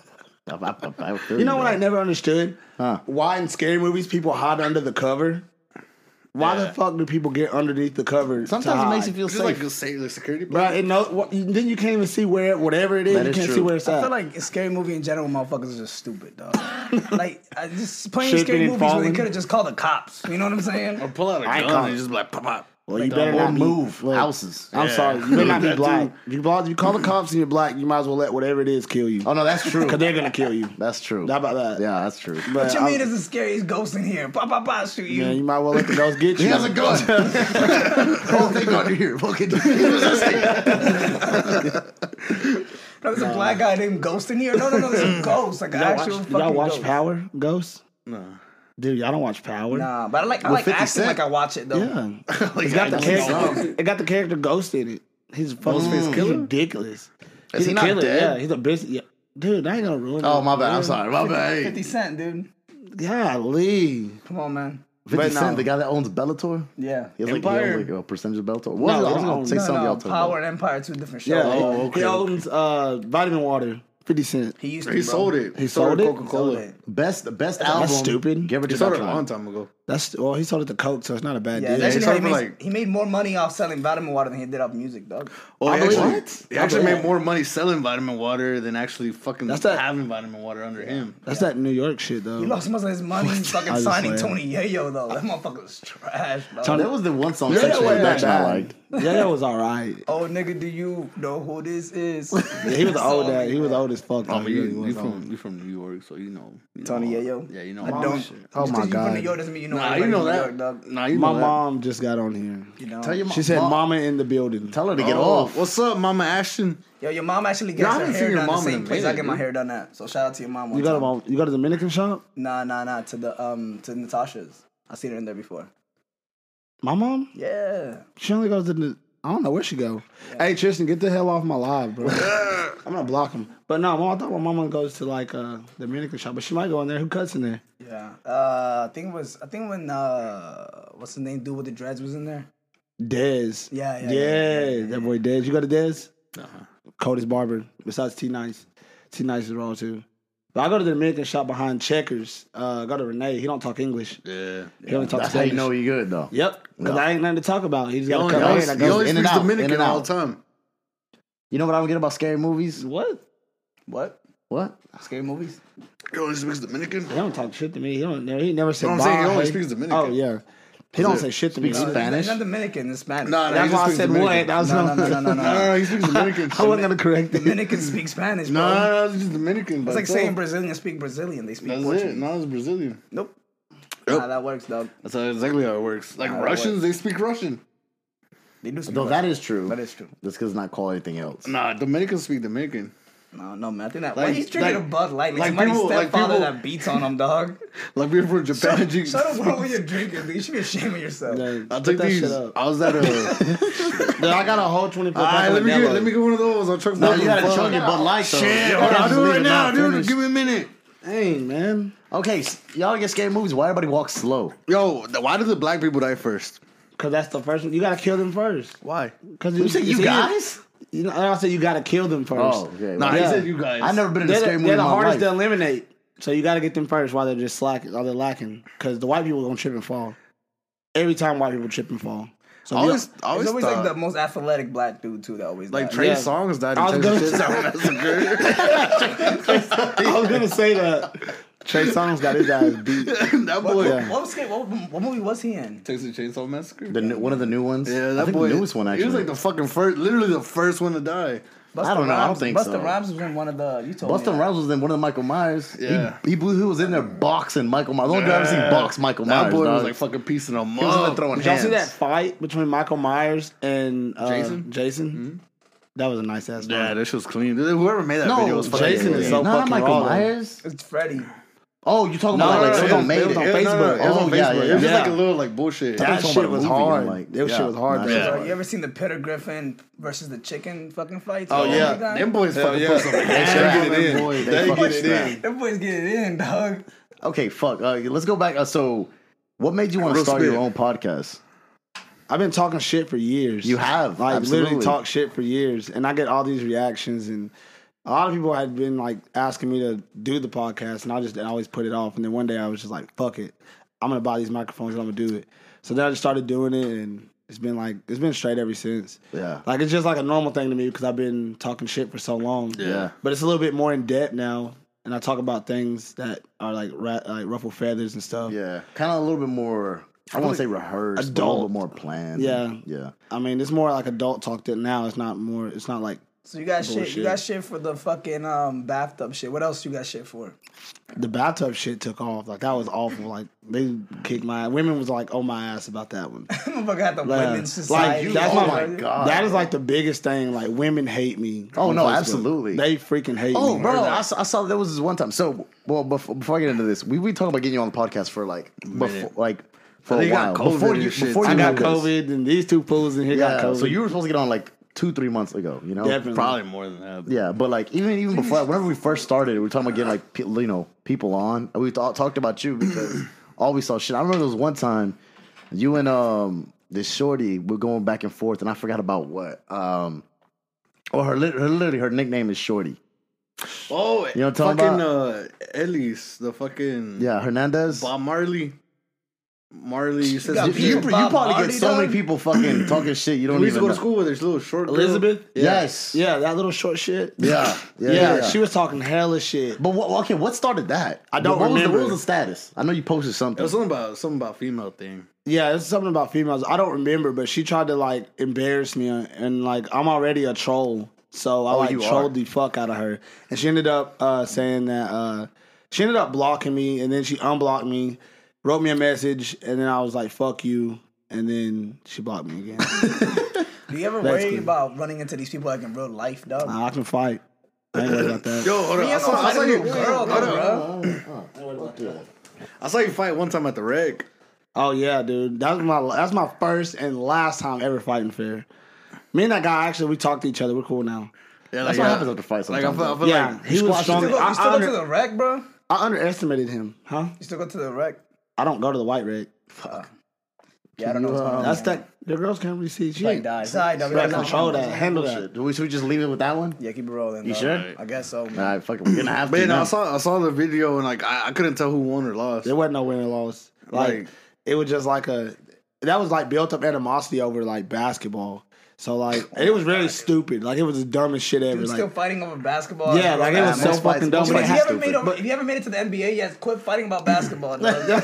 Speaker 3: I, I, I, I feel
Speaker 6: You know what I
Speaker 3: dog.
Speaker 6: never understood?
Speaker 3: Huh.
Speaker 6: Why in scary movies people hide under the cover? Why the fuck do people get underneath the cover?
Speaker 3: Sometimes it makes you
Speaker 6: feel.
Speaker 3: feel
Speaker 2: Just like
Speaker 3: safe.
Speaker 2: a safe like security.
Speaker 6: But it no, what, then you can't even see where whatever it is.
Speaker 3: That
Speaker 6: you
Speaker 3: is
Speaker 6: can't see
Speaker 3: true.
Speaker 6: where it's
Speaker 4: I
Speaker 6: at.
Speaker 4: feel like a scary movie in general, motherfuckers are just stupid, dog. like I just playing
Speaker 6: Should've
Speaker 4: scary
Speaker 6: been in
Speaker 4: movies when they
Speaker 6: Fallen.
Speaker 4: could have just called the cops. You know what I'm saying?
Speaker 2: Or pull out a
Speaker 6: I ain't
Speaker 2: gun
Speaker 6: gone.
Speaker 2: *laughs* and just be like pop pop.
Speaker 6: Well, you
Speaker 3: Dog,
Speaker 6: better
Speaker 3: or
Speaker 6: not be-
Speaker 3: move
Speaker 6: look,
Speaker 3: houses.
Speaker 6: I'm
Speaker 3: Yeah.
Speaker 6: sorry. You better
Speaker 3: *laughs*
Speaker 6: not be
Speaker 3: That
Speaker 6: black.
Speaker 3: too.
Speaker 6: You black. You call the cops and you're black. You might as well let whatever it is kill you.
Speaker 3: Oh no, that's true.
Speaker 6: *laughs* Cause they're gonna kill you.
Speaker 3: That's true.
Speaker 6: How about that?
Speaker 3: Yeah, that's true.
Speaker 6: But
Speaker 4: What you
Speaker 6: I-
Speaker 4: mean is the scariest ghost in here? Pop, pop, pop, shoot you.
Speaker 6: Man, you might well let the ghost get you.
Speaker 3: He
Speaker 6: *laughs*
Speaker 3: has a gun. Whole thing under here. Fucking.
Speaker 4: No, there's a black guy named Ghost in here. No, no, no, there's a ghost. Like an
Speaker 6: Y'all
Speaker 4: actual
Speaker 6: watch,
Speaker 4: fucking
Speaker 6: y'all watch
Speaker 4: ghost.
Speaker 6: Power Ghost?
Speaker 2: No.
Speaker 6: Dude, y'all don't watch Power.
Speaker 4: Nah, but I like I
Speaker 3: With
Speaker 4: like
Speaker 3: 50
Speaker 4: acting
Speaker 3: Cent?
Speaker 4: like I watch it though.
Speaker 6: Yeah, it's got the character. It got the character Ghost in it. He's a fucking he's ridiculous. he's
Speaker 3: he
Speaker 6: a
Speaker 3: not
Speaker 6: killer.
Speaker 3: dead?
Speaker 6: Yeah, he's a bitch. Yeah. Dude, I ain't gonna ruin it.
Speaker 3: Oh my bad. I'm sorry. My bad.
Speaker 4: 50 Cent, dude.
Speaker 6: Golly.
Speaker 4: Come on, man.
Speaker 3: 50
Speaker 6: But
Speaker 3: Cent,
Speaker 6: no.
Speaker 3: the guy that owns Bellator.
Speaker 4: Yeah.
Speaker 3: He has like, he
Speaker 6: Empire.
Speaker 3: owns, like a percentage of Bellator. What?
Speaker 6: No,
Speaker 3: I was
Speaker 6: I
Speaker 3: gonna
Speaker 6: don't-
Speaker 3: say
Speaker 4: No,
Speaker 3: something.
Speaker 4: no,
Speaker 3: y'all talking about.
Speaker 4: Power and Empire, two different shows.
Speaker 6: Yeah,
Speaker 2: Oh,
Speaker 6: he-
Speaker 2: okay.
Speaker 6: he owns uh, Vitamin Water, 50 Cent.
Speaker 4: He used to.
Speaker 2: He
Speaker 4: bro.
Speaker 2: sold it.
Speaker 6: He sold it?
Speaker 2: Coca
Speaker 4: Sold
Speaker 2: Cola.
Speaker 4: it.
Speaker 3: Best best album.
Speaker 6: stupid.
Speaker 3: Give it
Speaker 2: He
Speaker 3: to
Speaker 2: sold
Speaker 3: Dr.
Speaker 2: it a long
Speaker 3: Ron.
Speaker 2: time ago.
Speaker 6: That's well, he sold it to Coke, so it's not a bad
Speaker 4: Yeah,
Speaker 6: deal.
Speaker 4: that's
Speaker 2: he
Speaker 4: how he,
Speaker 2: sold it
Speaker 4: made,
Speaker 2: for,
Speaker 4: he made more money off selling vitamin water than he did off music, dog.
Speaker 2: Oh, he
Speaker 3: believe
Speaker 2: actually,
Speaker 3: it.
Speaker 2: He actually made more money selling vitamin water than actually fucking
Speaker 6: That's that-
Speaker 2: having vitamin water under him.
Speaker 6: That's that New York shit though.
Speaker 4: He lost most of his money fucking
Speaker 6: just
Speaker 4: signing
Speaker 6: swear.
Speaker 4: Tony Yayo though. That motherfucker was trash, dog.
Speaker 3: That was the one song
Speaker 6: Yeah,
Speaker 3: section
Speaker 6: that was
Speaker 3: that I
Speaker 6: bad.
Speaker 3: liked.
Speaker 6: *laughs* Yeah, that was all right.
Speaker 4: Oh nigga, do you know who this is?
Speaker 6: *laughs* Yeah, he was old dad. He was old as fuck.
Speaker 2: Oh,
Speaker 6: though.
Speaker 2: but
Speaker 6: He
Speaker 2: you,
Speaker 6: really was
Speaker 2: you
Speaker 6: old.
Speaker 2: from you from New York, so you know. You
Speaker 4: Tony
Speaker 2: know,
Speaker 4: Yayo?
Speaker 2: Yeah, you know.
Speaker 4: I
Speaker 2: all
Speaker 4: don't.
Speaker 2: that shit.
Speaker 6: Oh
Speaker 4: Just
Speaker 6: my
Speaker 4: 'cause you from New
Speaker 6: god.
Speaker 4: York doesn't mean you know.
Speaker 2: Nah, you
Speaker 4: everybody
Speaker 2: know
Speaker 4: from New
Speaker 2: that.
Speaker 4: York, dog.
Speaker 2: Nah, you know
Speaker 6: My
Speaker 2: that.
Speaker 6: mom just got on here.
Speaker 4: You know.
Speaker 3: Tell your
Speaker 6: She said,
Speaker 3: mom-
Speaker 6: "Mama in the building."
Speaker 3: Tell her to get
Speaker 2: Oh,
Speaker 3: off.
Speaker 2: what's up, Mama Ashton?
Speaker 4: Yo, your mom actually
Speaker 2: Yo, I
Speaker 4: gets her
Speaker 2: haven't
Speaker 4: hair
Speaker 2: seen your
Speaker 4: done the
Speaker 2: mom in
Speaker 4: same
Speaker 2: a
Speaker 4: place I
Speaker 2: minute,
Speaker 4: get my
Speaker 2: dude.
Speaker 4: hair done at. So shout out to your mom. One
Speaker 6: You got a
Speaker 4: time.
Speaker 6: mom, you got a Dominican shop?
Speaker 4: Nah, nah, nah. To the um to Natasha's. I seen her in there before.
Speaker 6: My mom?
Speaker 4: Yeah.
Speaker 6: She only goes to the. I don't know where she go. Hey Tristan, get the hell off my live, bro. I'm gonna block him. But no, mom, I thought my mama goes to like uh Dominican shop, but she might go in there. Who cuts in there?
Speaker 4: Yeah. Uh, I think it was I think when uh what's the name dude with the dreads was in there.
Speaker 6: Dez.
Speaker 4: Yeah, yeah,
Speaker 6: Yeah,
Speaker 4: yeah, yeah, yeah,
Speaker 6: that boy Dez. You got a Dez?
Speaker 2: Uh-huh.
Speaker 6: Cody's barber. Besides T Nice, T Nice is wrong too. But I go to the Dominican shop behind Checkers. Uh, I go to Renee. He don't talk English.
Speaker 2: Yeah.
Speaker 6: He only talks
Speaker 3: That's how you
Speaker 6: Spanish.
Speaker 3: know you good though.
Speaker 6: Yep, because I ain't nothing to talk about. He's
Speaker 2: He
Speaker 6: got
Speaker 2: only,
Speaker 6: to
Speaker 2: he
Speaker 6: come
Speaker 2: always,
Speaker 6: in. I
Speaker 2: he
Speaker 6: go,
Speaker 2: always
Speaker 3: in and
Speaker 2: speaks
Speaker 3: out, in
Speaker 2: Dominican
Speaker 3: and
Speaker 2: all
Speaker 3: out.
Speaker 2: the time.
Speaker 3: You know what I don't get about scary movies?
Speaker 6: what?
Speaker 4: What?
Speaker 3: *laughs* What?
Speaker 4: Scary movies?
Speaker 2: He always speaks Dominican.
Speaker 6: He don't talk shit to me. He don't. He never said.
Speaker 2: No, I'm saying he
Speaker 6: "Bye."
Speaker 2: only speaks Dominican.
Speaker 6: Oh yeah, he don't say shit to me.
Speaker 3: Speaks
Speaker 6: Uh,
Speaker 3: Spanish.
Speaker 4: He's not Dominican, it's Spanish.
Speaker 2: Nah, nah, he
Speaker 6: That's
Speaker 2: just
Speaker 6: why I
Speaker 2: speaks
Speaker 6: said what.
Speaker 2: Dominican.
Speaker 6: I was
Speaker 4: no, no,
Speaker 6: gonna-
Speaker 4: no, no, no,
Speaker 6: *laughs*
Speaker 2: No,
Speaker 4: no.
Speaker 2: no, he speaks Dominican.
Speaker 6: I wasn't gonna correct it.
Speaker 4: Dominicans speak Spanish, bro.
Speaker 2: No, no, it's just Dominican.
Speaker 4: it's like saying Brazilians speak Brazilian. They speak
Speaker 2: That's
Speaker 4: Portuguese.
Speaker 2: it. No, it's Brazilian.
Speaker 4: Nope.
Speaker 2: Yep.
Speaker 4: Nah, that works, dog.
Speaker 2: That's how- exactly how it works. Like
Speaker 4: that
Speaker 2: Russians, they speak Russian.
Speaker 4: They do speak
Speaker 3: No, that is true.
Speaker 4: That is true.
Speaker 3: That's because it's not called anything else.
Speaker 2: Nah, Dominicans speak Dominican.
Speaker 4: No, no, man. I think that. why
Speaker 2: Like-
Speaker 4: he's drinking
Speaker 2: like-
Speaker 4: a Bud Light? Like,
Speaker 2: like
Speaker 4: somebody's
Speaker 2: people- like
Speaker 4: stepfather
Speaker 2: people-
Speaker 4: that beats on
Speaker 2: *laughs*
Speaker 4: him, dog.
Speaker 2: Like we are from Japan.
Speaker 4: *laughs* Shut
Speaker 2: you-
Speaker 4: up bro, when you're drinking, dude. You should be ashamed of yourself.
Speaker 6: No,
Speaker 2: I'll
Speaker 6: uh, put
Speaker 2: take
Speaker 6: that
Speaker 2: these.
Speaker 6: shit up.
Speaker 2: I was at a.
Speaker 6: Dude, I got a whole twenty four.
Speaker 2: All right, let me get, let me get one of those. I'll chuck no,
Speaker 3: you gotta chug it, but like though.
Speaker 2: Shit,
Speaker 3: You
Speaker 2: hold on,
Speaker 3: gotta
Speaker 2: I'll
Speaker 3: just
Speaker 2: do it
Speaker 3: leave
Speaker 2: right
Speaker 3: it
Speaker 2: now,
Speaker 3: not
Speaker 2: dude.
Speaker 3: finished.
Speaker 2: Give me a minute.
Speaker 6: Hey man,
Speaker 3: Okay, s- y'all get scary movies. Why everybody walks slow?
Speaker 2: Yo, th- why did the black people die first? *laughs*
Speaker 6: because that's the first one. You gotta kill them first.
Speaker 2: Why?
Speaker 6: Because
Speaker 3: You said you guys?
Speaker 6: You know, I said you gotta kill them first.
Speaker 3: Oh, okay.
Speaker 2: Nah, he
Speaker 6: Yeah.
Speaker 2: said you guys.
Speaker 3: I never been in a
Speaker 6: They're,
Speaker 3: scary
Speaker 6: the-
Speaker 3: movie. in
Speaker 6: they're the
Speaker 3: my
Speaker 6: hardest
Speaker 3: life.
Speaker 6: to eliminate. So you got to get them first while they're just slack, while they're lacking. Because the white people gonna trip and fall. Every time white people trip and fall. So
Speaker 2: I
Speaker 6: we-
Speaker 2: always, I always,
Speaker 4: It's always
Speaker 2: thought,
Speaker 4: like the most athletic black dude too that always
Speaker 2: like,
Speaker 4: dies.
Speaker 2: Trey
Speaker 6: yeah.
Speaker 2: Songs died
Speaker 6: I was
Speaker 2: in
Speaker 6: gonna-
Speaker 2: Texas Chainsaw
Speaker 6: *laughs* I was gonna say that Trey Songz got his ass beat.
Speaker 2: Massacre. that boy.
Speaker 6: Yeah.
Speaker 4: What, was, what, what movie was he in?
Speaker 2: Texas Chainsaw Massacre.
Speaker 3: The new, one of the new ones.
Speaker 2: yeah, that
Speaker 3: I think
Speaker 2: boy.
Speaker 3: The newest one actually.
Speaker 2: He was like the fucking first, literally the first one to die.
Speaker 4: Busta
Speaker 3: I don't know, I don't think
Speaker 4: Busta
Speaker 3: so.
Speaker 4: Rhymes was in one of the. You told me.
Speaker 3: Busta
Speaker 4: that.
Speaker 3: Rhymes was in one of the Michael Myers.
Speaker 2: Yeah.
Speaker 3: He, he, blew, he was in there boxing Michael Myers. The only time I've seen
Speaker 2: Yeah.
Speaker 3: box Michael
Speaker 2: That
Speaker 3: Myers.
Speaker 2: boy was
Speaker 3: dog.
Speaker 2: like fucking piecing him
Speaker 3: he was in there
Speaker 2: up.
Speaker 3: throwing
Speaker 6: Did y'all
Speaker 3: hands.
Speaker 6: see that fight between Michael Myers and uh,
Speaker 2: Jason?
Speaker 6: Jason? Jason,
Speaker 3: Mm-hmm.
Speaker 6: that was a nice ass.
Speaker 2: Yeah,
Speaker 6: fight.
Speaker 2: that shit was clean. Dude, whoever made that
Speaker 3: No,
Speaker 2: video was fucking
Speaker 6: Jason
Speaker 2: clean.
Speaker 6: is so
Speaker 3: not
Speaker 6: fucking
Speaker 3: Michael
Speaker 6: raw, though.
Speaker 3: Myers.
Speaker 4: It's Freddy.
Speaker 3: Oh, you talking
Speaker 6: No,
Speaker 3: about
Speaker 6: no,
Speaker 3: like
Speaker 6: no,
Speaker 3: someone
Speaker 6: it
Speaker 3: made
Speaker 6: was on
Speaker 3: it?
Speaker 2: Yeah, no, no,
Speaker 6: Facebook.
Speaker 2: It was
Speaker 3: Oh,
Speaker 2: on
Speaker 3: yeah,
Speaker 2: Facebook.
Speaker 3: yeah,
Speaker 2: It was just
Speaker 6: yeah.
Speaker 2: like a little like bullshit.
Speaker 3: That-
Speaker 6: That,
Speaker 3: was on
Speaker 6: shit
Speaker 3: my
Speaker 6: was
Speaker 3: movie, I'm
Speaker 6: hard.
Speaker 3: like,
Speaker 6: that
Speaker 3: yeah.
Speaker 6: shit was hard.
Speaker 3: Nah,
Speaker 6: though.
Speaker 2: yeah.
Speaker 4: Bro, you ever seen the Peter Griffin versus the chicken fucking fight?
Speaker 6: Oh, yeah.
Speaker 2: Them boys fucking
Speaker 6: yeah.
Speaker 2: put some hands on
Speaker 6: get it
Speaker 2: them
Speaker 6: in.
Speaker 2: boys.
Speaker 3: They
Speaker 2: They
Speaker 3: fucking
Speaker 2: get it
Speaker 3: snapped.
Speaker 2: in.
Speaker 4: Them boys get it in, dog.
Speaker 3: Okay, fuck. Uh, let's go back. Uh, so, what made you want to
Speaker 2: Real
Speaker 3: start your
Speaker 2: spit.
Speaker 3: own podcast?
Speaker 6: I've been talking shit for years.
Speaker 3: You have,
Speaker 6: Like
Speaker 3: absolutely.
Speaker 6: literally talked shit for years, and I get all these reactions, and a lot of people had been like asking me to do the podcast, and I just I always put it off. And then one day I was just like, "Fuck it, I'm gonna buy these microphones and I'm gonna do it." So then I just started doing it, and it's been like it's been straight ever since.
Speaker 3: Yeah.
Speaker 6: like it's just like a normal thing to me because I've been talking shit for so long.
Speaker 3: Yeah.
Speaker 6: but it's a little bit more in depth now, and I talk about things that are like ra- like ruffle feathers and stuff.
Speaker 3: Yeah, kind of a little bit more I won't say rehearsed,
Speaker 6: Adult.
Speaker 3: but a little bit more planned.
Speaker 6: Yeah.
Speaker 3: yeah.
Speaker 6: I mean, it's more like adult talk that now. It's not more. It's not like
Speaker 4: So you got shit.
Speaker 6: Bullshit.
Speaker 4: You got shit for the fucking um bathtub shit. What else you got shit for? *laughs*
Speaker 6: the bathtub shit took off. Like that was awful. Like they kicked my women was like, oh my ass about that one.
Speaker 4: Motherfucker got the
Speaker 6: Like,
Speaker 4: women's
Speaker 6: like,
Speaker 4: society.
Speaker 6: that's
Speaker 3: oh
Speaker 6: my-
Speaker 3: my god.
Speaker 6: That is like the biggest thing. Like women hate me.
Speaker 3: Oh,
Speaker 6: on
Speaker 3: no,
Speaker 6: Facebook.
Speaker 3: absolutely.
Speaker 6: They freaking hate
Speaker 3: Oh,
Speaker 6: me.
Speaker 3: bro, I saw, I saw there was this one time. So, well, before, before I get into this, we we talked about getting you on the podcast for like, before, like for
Speaker 2: I
Speaker 3: a
Speaker 2: think you
Speaker 3: while
Speaker 2: got COVID
Speaker 3: before
Speaker 2: and
Speaker 3: you
Speaker 2: shit,
Speaker 3: before
Speaker 2: too.
Speaker 3: you
Speaker 6: I got
Speaker 3: knew this.
Speaker 6: COVID, and these two fools in here
Speaker 3: Yeah,
Speaker 6: got COVID.
Speaker 3: so you were supposed to get on like two three months ago, you know?
Speaker 6: Definitely.
Speaker 2: Probably more than that.
Speaker 3: Yeah, but like even even before that, whenever we first started, we were talking about getting like pe- you know people on. And we thought, talked about
Speaker 2: *clears throat*
Speaker 3: you because all we saw shit. I remember there was one time you and um this shorty were going back and forth, and I forgot about what. Um, or her, lit- her literally her nickname is Shorty.
Speaker 2: Oh,
Speaker 3: know what I'm talking
Speaker 2: fucking uh, Elise, the fucking
Speaker 3: Yeah, Hernandez.
Speaker 2: Bob Marley. Marley, you said
Speaker 4: got
Speaker 3: You,
Speaker 2: some
Speaker 4: beat
Speaker 3: you,
Speaker 2: shit.
Speaker 3: you
Speaker 4: Bob
Speaker 3: probably
Speaker 4: Marley,
Speaker 3: get so many
Speaker 4: dog?
Speaker 2: *clears throat*
Speaker 3: people fucking talking shit. You don't
Speaker 2: We used to go
Speaker 3: even know.
Speaker 2: to school with this little short girl.
Speaker 6: Elizabeth. Yeah.
Speaker 3: Yes.
Speaker 6: Yeah, that little short shit.
Speaker 3: Yeah. Yeah.
Speaker 6: Yeah,
Speaker 3: yeah,
Speaker 6: she was talking hella shit.
Speaker 3: But what, okay, what started that?
Speaker 6: I don't
Speaker 3: what Was the,
Speaker 6: remember.
Speaker 3: what was the status? I know you posted
Speaker 2: It
Speaker 3: something.
Speaker 2: was something about something about female thing.
Speaker 6: Yeah, it's something about females. I don't remember, but she tried to like embarrass me, and like I'm already a troll, so I
Speaker 3: Oh,
Speaker 6: like
Speaker 3: you
Speaker 6: trolled
Speaker 3: are.
Speaker 6: the fuck out of her, and she ended up uh, saying that uh, she ended up blocking me, and then she unblocked me, wrote me a message, and then I was like "fuck you," and then she blocked me again.
Speaker 4: Do you ever worry
Speaker 6: cool.
Speaker 4: about running into these people like in real life, dog?
Speaker 6: I can fight. I ain't worried about that.
Speaker 2: Yo, hold on.
Speaker 4: Yeah,
Speaker 2: I saw, I
Speaker 4: I'm
Speaker 2: saw
Speaker 4: a
Speaker 2: you.
Speaker 4: little girl,
Speaker 2: hold on.
Speaker 4: though,
Speaker 2: I saw you fight one time at the rec.
Speaker 6: Oh yeah, dude. That's my that's my first and last time ever fighting fair. Me and that guy actually we talked to each other. We're cool now.
Speaker 2: Yeah,
Speaker 3: That's
Speaker 2: yeah.
Speaker 3: what happens after fights.
Speaker 2: Like I
Speaker 3: sometimes,
Speaker 2: feel, I
Speaker 3: though.
Speaker 2: feel
Speaker 6: Yeah,
Speaker 2: like
Speaker 6: he was strong.
Speaker 4: You still, go,
Speaker 6: I,
Speaker 4: you still
Speaker 6: I
Speaker 4: go
Speaker 6: under-
Speaker 4: to the wreck, bro?
Speaker 6: I underestimated him, huh?
Speaker 4: You still go to the wreck?
Speaker 6: I don't go to the white rig.
Speaker 4: Oh, Yeah, I don't know what's going on.
Speaker 6: That's that. The girls can't really see. She
Speaker 4: like
Speaker 6: ain't-
Speaker 4: die. Sorry, dog.
Speaker 6: she
Speaker 4: we
Speaker 6: gotta
Speaker 4: gotta keep
Speaker 6: control
Speaker 4: it
Speaker 6: that.
Speaker 4: rolling.
Speaker 6: Handle that.
Speaker 3: Bullshit. Do we, should we just leave it with that one?
Speaker 4: Yeah, keep it rolling.
Speaker 3: You
Speaker 4: dog.
Speaker 3: sure?
Speaker 4: I guess so. Man.
Speaker 3: All right, fuck it. We're gonna have to.
Speaker 2: But you know,
Speaker 3: now.
Speaker 2: I saw I saw the video and like I, I couldn't tell who won or lost.
Speaker 6: There wasn't no win and loss. Like
Speaker 2: Right.
Speaker 6: it was just like a. That was like built up animosity over like basketball.
Speaker 4: *laughs*
Speaker 6: So like and it was really stupid. Like it was the dumbest shit ever.
Speaker 4: Dude,
Speaker 6: Like
Speaker 4: still fighting over basketball.
Speaker 6: Yeah,
Speaker 4: Bro,
Speaker 6: like, it was
Speaker 4: man,
Speaker 6: so
Speaker 4: most
Speaker 6: fucking
Speaker 4: fights-
Speaker 6: dumb,
Speaker 4: most
Speaker 6: but it
Speaker 4: fights- If you
Speaker 6: has
Speaker 4: ever
Speaker 6: to.
Speaker 4: made it,
Speaker 6: But-
Speaker 4: if you ever made it to the NBA, yes, quit fighting about
Speaker 6: *laughs*
Speaker 4: basketball. dog.
Speaker 2: Yo,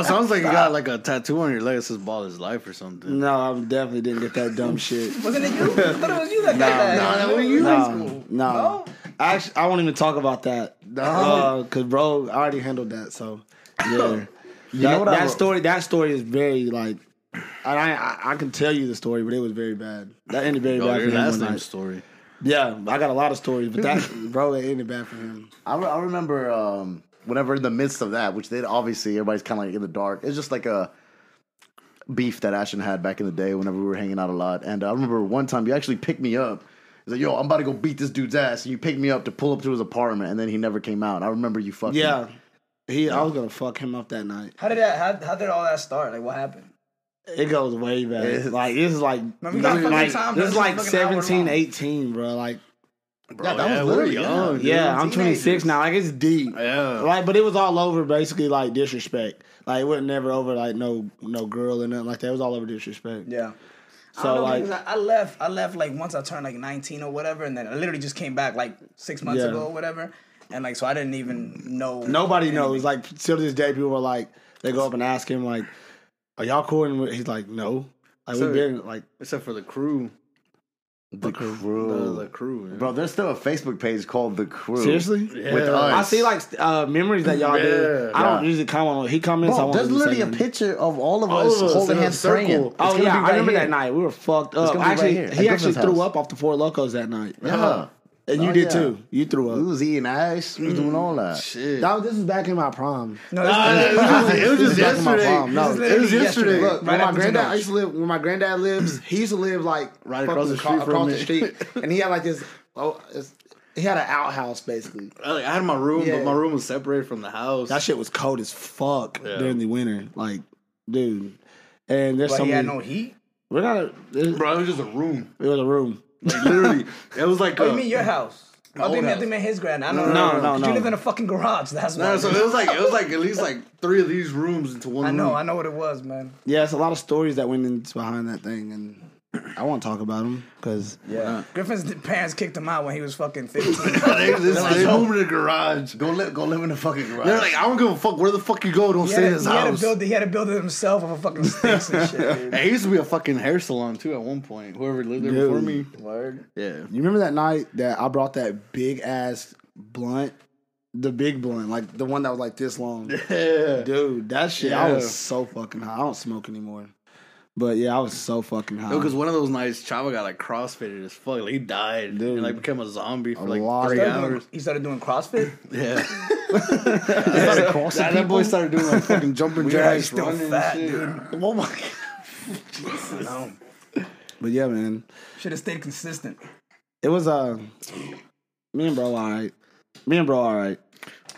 Speaker 2: it sounds like you got like a tattoo on your leg that says "Ball is Life" or something.
Speaker 6: no, I definitely didn't get
Speaker 4: *laughs*
Speaker 6: that dumb shit.
Speaker 4: Wasn't it you? I thought it was you that got that.
Speaker 2: no, that was you.
Speaker 6: No, no.
Speaker 4: No?
Speaker 6: Actually, I won't even talk about that. No, because bro, I already handled that. So yeah, that,
Speaker 3: know what I
Speaker 6: that
Speaker 3: wrote?
Speaker 6: story. That story is very like, and I, I I can tell you the story, but it was very bad. That ended very
Speaker 2: Yo,
Speaker 6: bad for
Speaker 2: your
Speaker 6: him.
Speaker 2: last
Speaker 6: one
Speaker 2: name
Speaker 6: night.
Speaker 2: story.
Speaker 6: Yeah, I got a lot of stories, but that bro, it ended bad for him.
Speaker 3: I, re- I remember um, whenever in the midst of that, which they obviously everybody's kind of like in the dark. It's just like a beef that Ashton had back in the day. Whenever we were hanging out a lot, and I remember one time you actually picked me up. He's like, "Yo, I'm about to go beat this dude's ass," and you picked me up to pull up to his apartment, and then he never came out. I remember you fucking
Speaker 6: Yeah, he. I was gonna fuck him up that night.
Speaker 4: How did that? How, how did all that start? Like, what happened?
Speaker 6: It goes way back. like this is like
Speaker 4: Man, we got fucking
Speaker 6: like,
Speaker 4: time,
Speaker 6: this is
Speaker 4: bro.
Speaker 6: like
Speaker 4: This is fucking hour
Speaker 6: 17,
Speaker 4: long.
Speaker 6: 18, bro. Like
Speaker 2: Bro, yeah,
Speaker 3: that was
Speaker 2: we're
Speaker 3: literally-
Speaker 2: young. dude.
Speaker 6: Yeah, I'm
Speaker 3: teenagers.
Speaker 6: 26 now. Like it's deep.
Speaker 2: Yeah.
Speaker 6: Like, but it was all over basically like disrespect. Like it was never over like no no girl or nothing like that. It was all over disrespect.
Speaker 4: Yeah.
Speaker 2: Uh,
Speaker 4: I
Speaker 6: So,
Speaker 4: don't know,
Speaker 6: like-
Speaker 4: because I, I left. I left like once I turned like 19 or whatever, and then I literally just came back like six months
Speaker 6: Yeah.
Speaker 4: ago or whatever, and like so I didn't even know.
Speaker 6: Nobody knows. Like still to this day, people are like they go up and ask him like, "Are y'all cool?" And he's like, "No." Like
Speaker 2: So-
Speaker 6: we've been like
Speaker 2: Except for the crew.
Speaker 3: the
Speaker 2: The,
Speaker 3: crew,
Speaker 2: the crew. man.
Speaker 3: bro. There's still a Facebook page called the crew.
Speaker 6: seriously.
Speaker 3: with
Speaker 2: Yeah.
Speaker 3: us.
Speaker 6: I see like st- uh, memories that y'all do.
Speaker 2: Yeah.
Speaker 6: I don't
Speaker 3: Yeah.
Speaker 6: usually comment on. He comments. I
Speaker 3: Bro,
Speaker 6: want
Speaker 3: there's
Speaker 6: him to say
Speaker 3: literally a
Speaker 6: nothing.
Speaker 3: picture of all of
Speaker 2: All
Speaker 3: us
Speaker 2: of us
Speaker 3: holding
Speaker 2: in a
Speaker 3: hands
Speaker 2: circle.
Speaker 3: praying.
Speaker 2: It's
Speaker 6: Oh
Speaker 3: gonna
Speaker 6: yeah,
Speaker 3: be
Speaker 6: I
Speaker 3: right
Speaker 6: remember
Speaker 3: here.
Speaker 6: that night. We were fucked up.
Speaker 3: gonna be right
Speaker 6: Actually,
Speaker 3: here, at
Speaker 6: he actually
Speaker 3: Griffin's
Speaker 6: threw
Speaker 3: house.
Speaker 6: up off the four locos that night.
Speaker 3: Yeah.
Speaker 6: and you
Speaker 3: Oh,
Speaker 6: did
Speaker 3: yeah.
Speaker 6: too. You threw up.
Speaker 3: We was eating ice. We was doing all that.
Speaker 2: Mm. Shit.
Speaker 6: That was- this is back in my prom.
Speaker 4: No,
Speaker 2: Nah,
Speaker 4: this-
Speaker 2: it was just- it was just
Speaker 6: Back in my prom.
Speaker 2: yesterday.
Speaker 6: No,
Speaker 4: this is
Speaker 6: it
Speaker 2: It was
Speaker 4: literally
Speaker 2: yesterday.
Speaker 6: Look,
Speaker 4: Right
Speaker 6: when my
Speaker 4: after
Speaker 6: granddad,
Speaker 4: Genoa.
Speaker 6: I used to live. When my granddad lives, *clears throat* he used to live like
Speaker 2: Right across
Speaker 6: fucking
Speaker 2: the street
Speaker 6: ca-
Speaker 2: from
Speaker 6: across
Speaker 2: me.
Speaker 6: the street, *laughs* and he had like this. Oh, it's, he had an outhouse basically.
Speaker 2: I like, I had my room,
Speaker 6: Yeah.
Speaker 2: but my room was separated from the house.
Speaker 6: That shit was cold as fuck
Speaker 2: Yeah.
Speaker 6: during the winter, like dude. And there's
Speaker 4: But
Speaker 6: so
Speaker 4: he
Speaker 6: many.
Speaker 4: had no heat.
Speaker 6: we're not. A, it,
Speaker 2: bro, it was just a room.
Speaker 6: it was a room.
Speaker 2: *laughs* Like, literally, it was like.
Speaker 4: Oh,
Speaker 2: a-
Speaker 4: you mean your house? Oh, I
Speaker 2: old
Speaker 4: think, I
Speaker 2: house.
Speaker 4: think meant his grand. I
Speaker 6: No,
Speaker 4: don't
Speaker 6: no,
Speaker 4: know.
Speaker 6: no, no,
Speaker 4: 'Cause
Speaker 6: no.
Speaker 4: You live in a fucking garage. That's why.
Speaker 2: No, so it was like it was like at least like three of these rooms into one.
Speaker 4: I know.
Speaker 2: room.
Speaker 4: I know what it was, man.
Speaker 6: Yeah, it's a lot of stories that went into behind that thing, and I won't talk about him because
Speaker 3: Yeah.
Speaker 4: Griffin's parents kicked him out when he
Speaker 2: *laughs*
Speaker 4: was fucking 15.
Speaker 2: they they, they
Speaker 4: "Oh."
Speaker 2: moved to the garage.
Speaker 3: Go live. Go live in the fucking garage.
Speaker 2: They're like, I don't give a fuck where the fuck you go. Don't
Speaker 4: He
Speaker 2: stay in
Speaker 4: had,
Speaker 2: his
Speaker 4: to, he, had to
Speaker 2: house.
Speaker 4: build, he had to build it himself of a fucking stinks and shit. dude.
Speaker 2: Hey, it used to be a fucking hair salon too. At one point, whoever lived there
Speaker 6: Dude.
Speaker 2: before me.
Speaker 3: word.
Speaker 2: Yeah.
Speaker 6: you remember that night that I brought that big ass blunt, the big blunt, like the one that was like this long.
Speaker 2: Yeah.
Speaker 6: Dude, that shit, I
Speaker 2: Yeah.
Speaker 6: was so fucking high. I don't smoke anymore. But yeah, I was so fucking high. *laughs*
Speaker 2: Because one of those nights, Chava got like crossfitted as fuck. Like, he died
Speaker 6: Dude.
Speaker 2: and like became a zombie for
Speaker 6: A
Speaker 2: like
Speaker 6: lot of
Speaker 2: three
Speaker 6: Yeah,
Speaker 4: Started
Speaker 2: *laughs*
Speaker 4: doing-
Speaker 2: hours.
Speaker 4: he started doing CrossFit.
Speaker 2: Yeah.
Speaker 4: *laughs*
Speaker 6: started crossing
Speaker 2: that, that boy
Speaker 6: people?
Speaker 2: started doing like fucking jumping jacks,
Speaker 4: still
Speaker 2: running
Speaker 4: fat,
Speaker 2: and shit. Oh my god.
Speaker 6: But yeah, man.
Speaker 4: Should have stayed consistent.
Speaker 6: It was uh me and bro alright. Me and bro alright.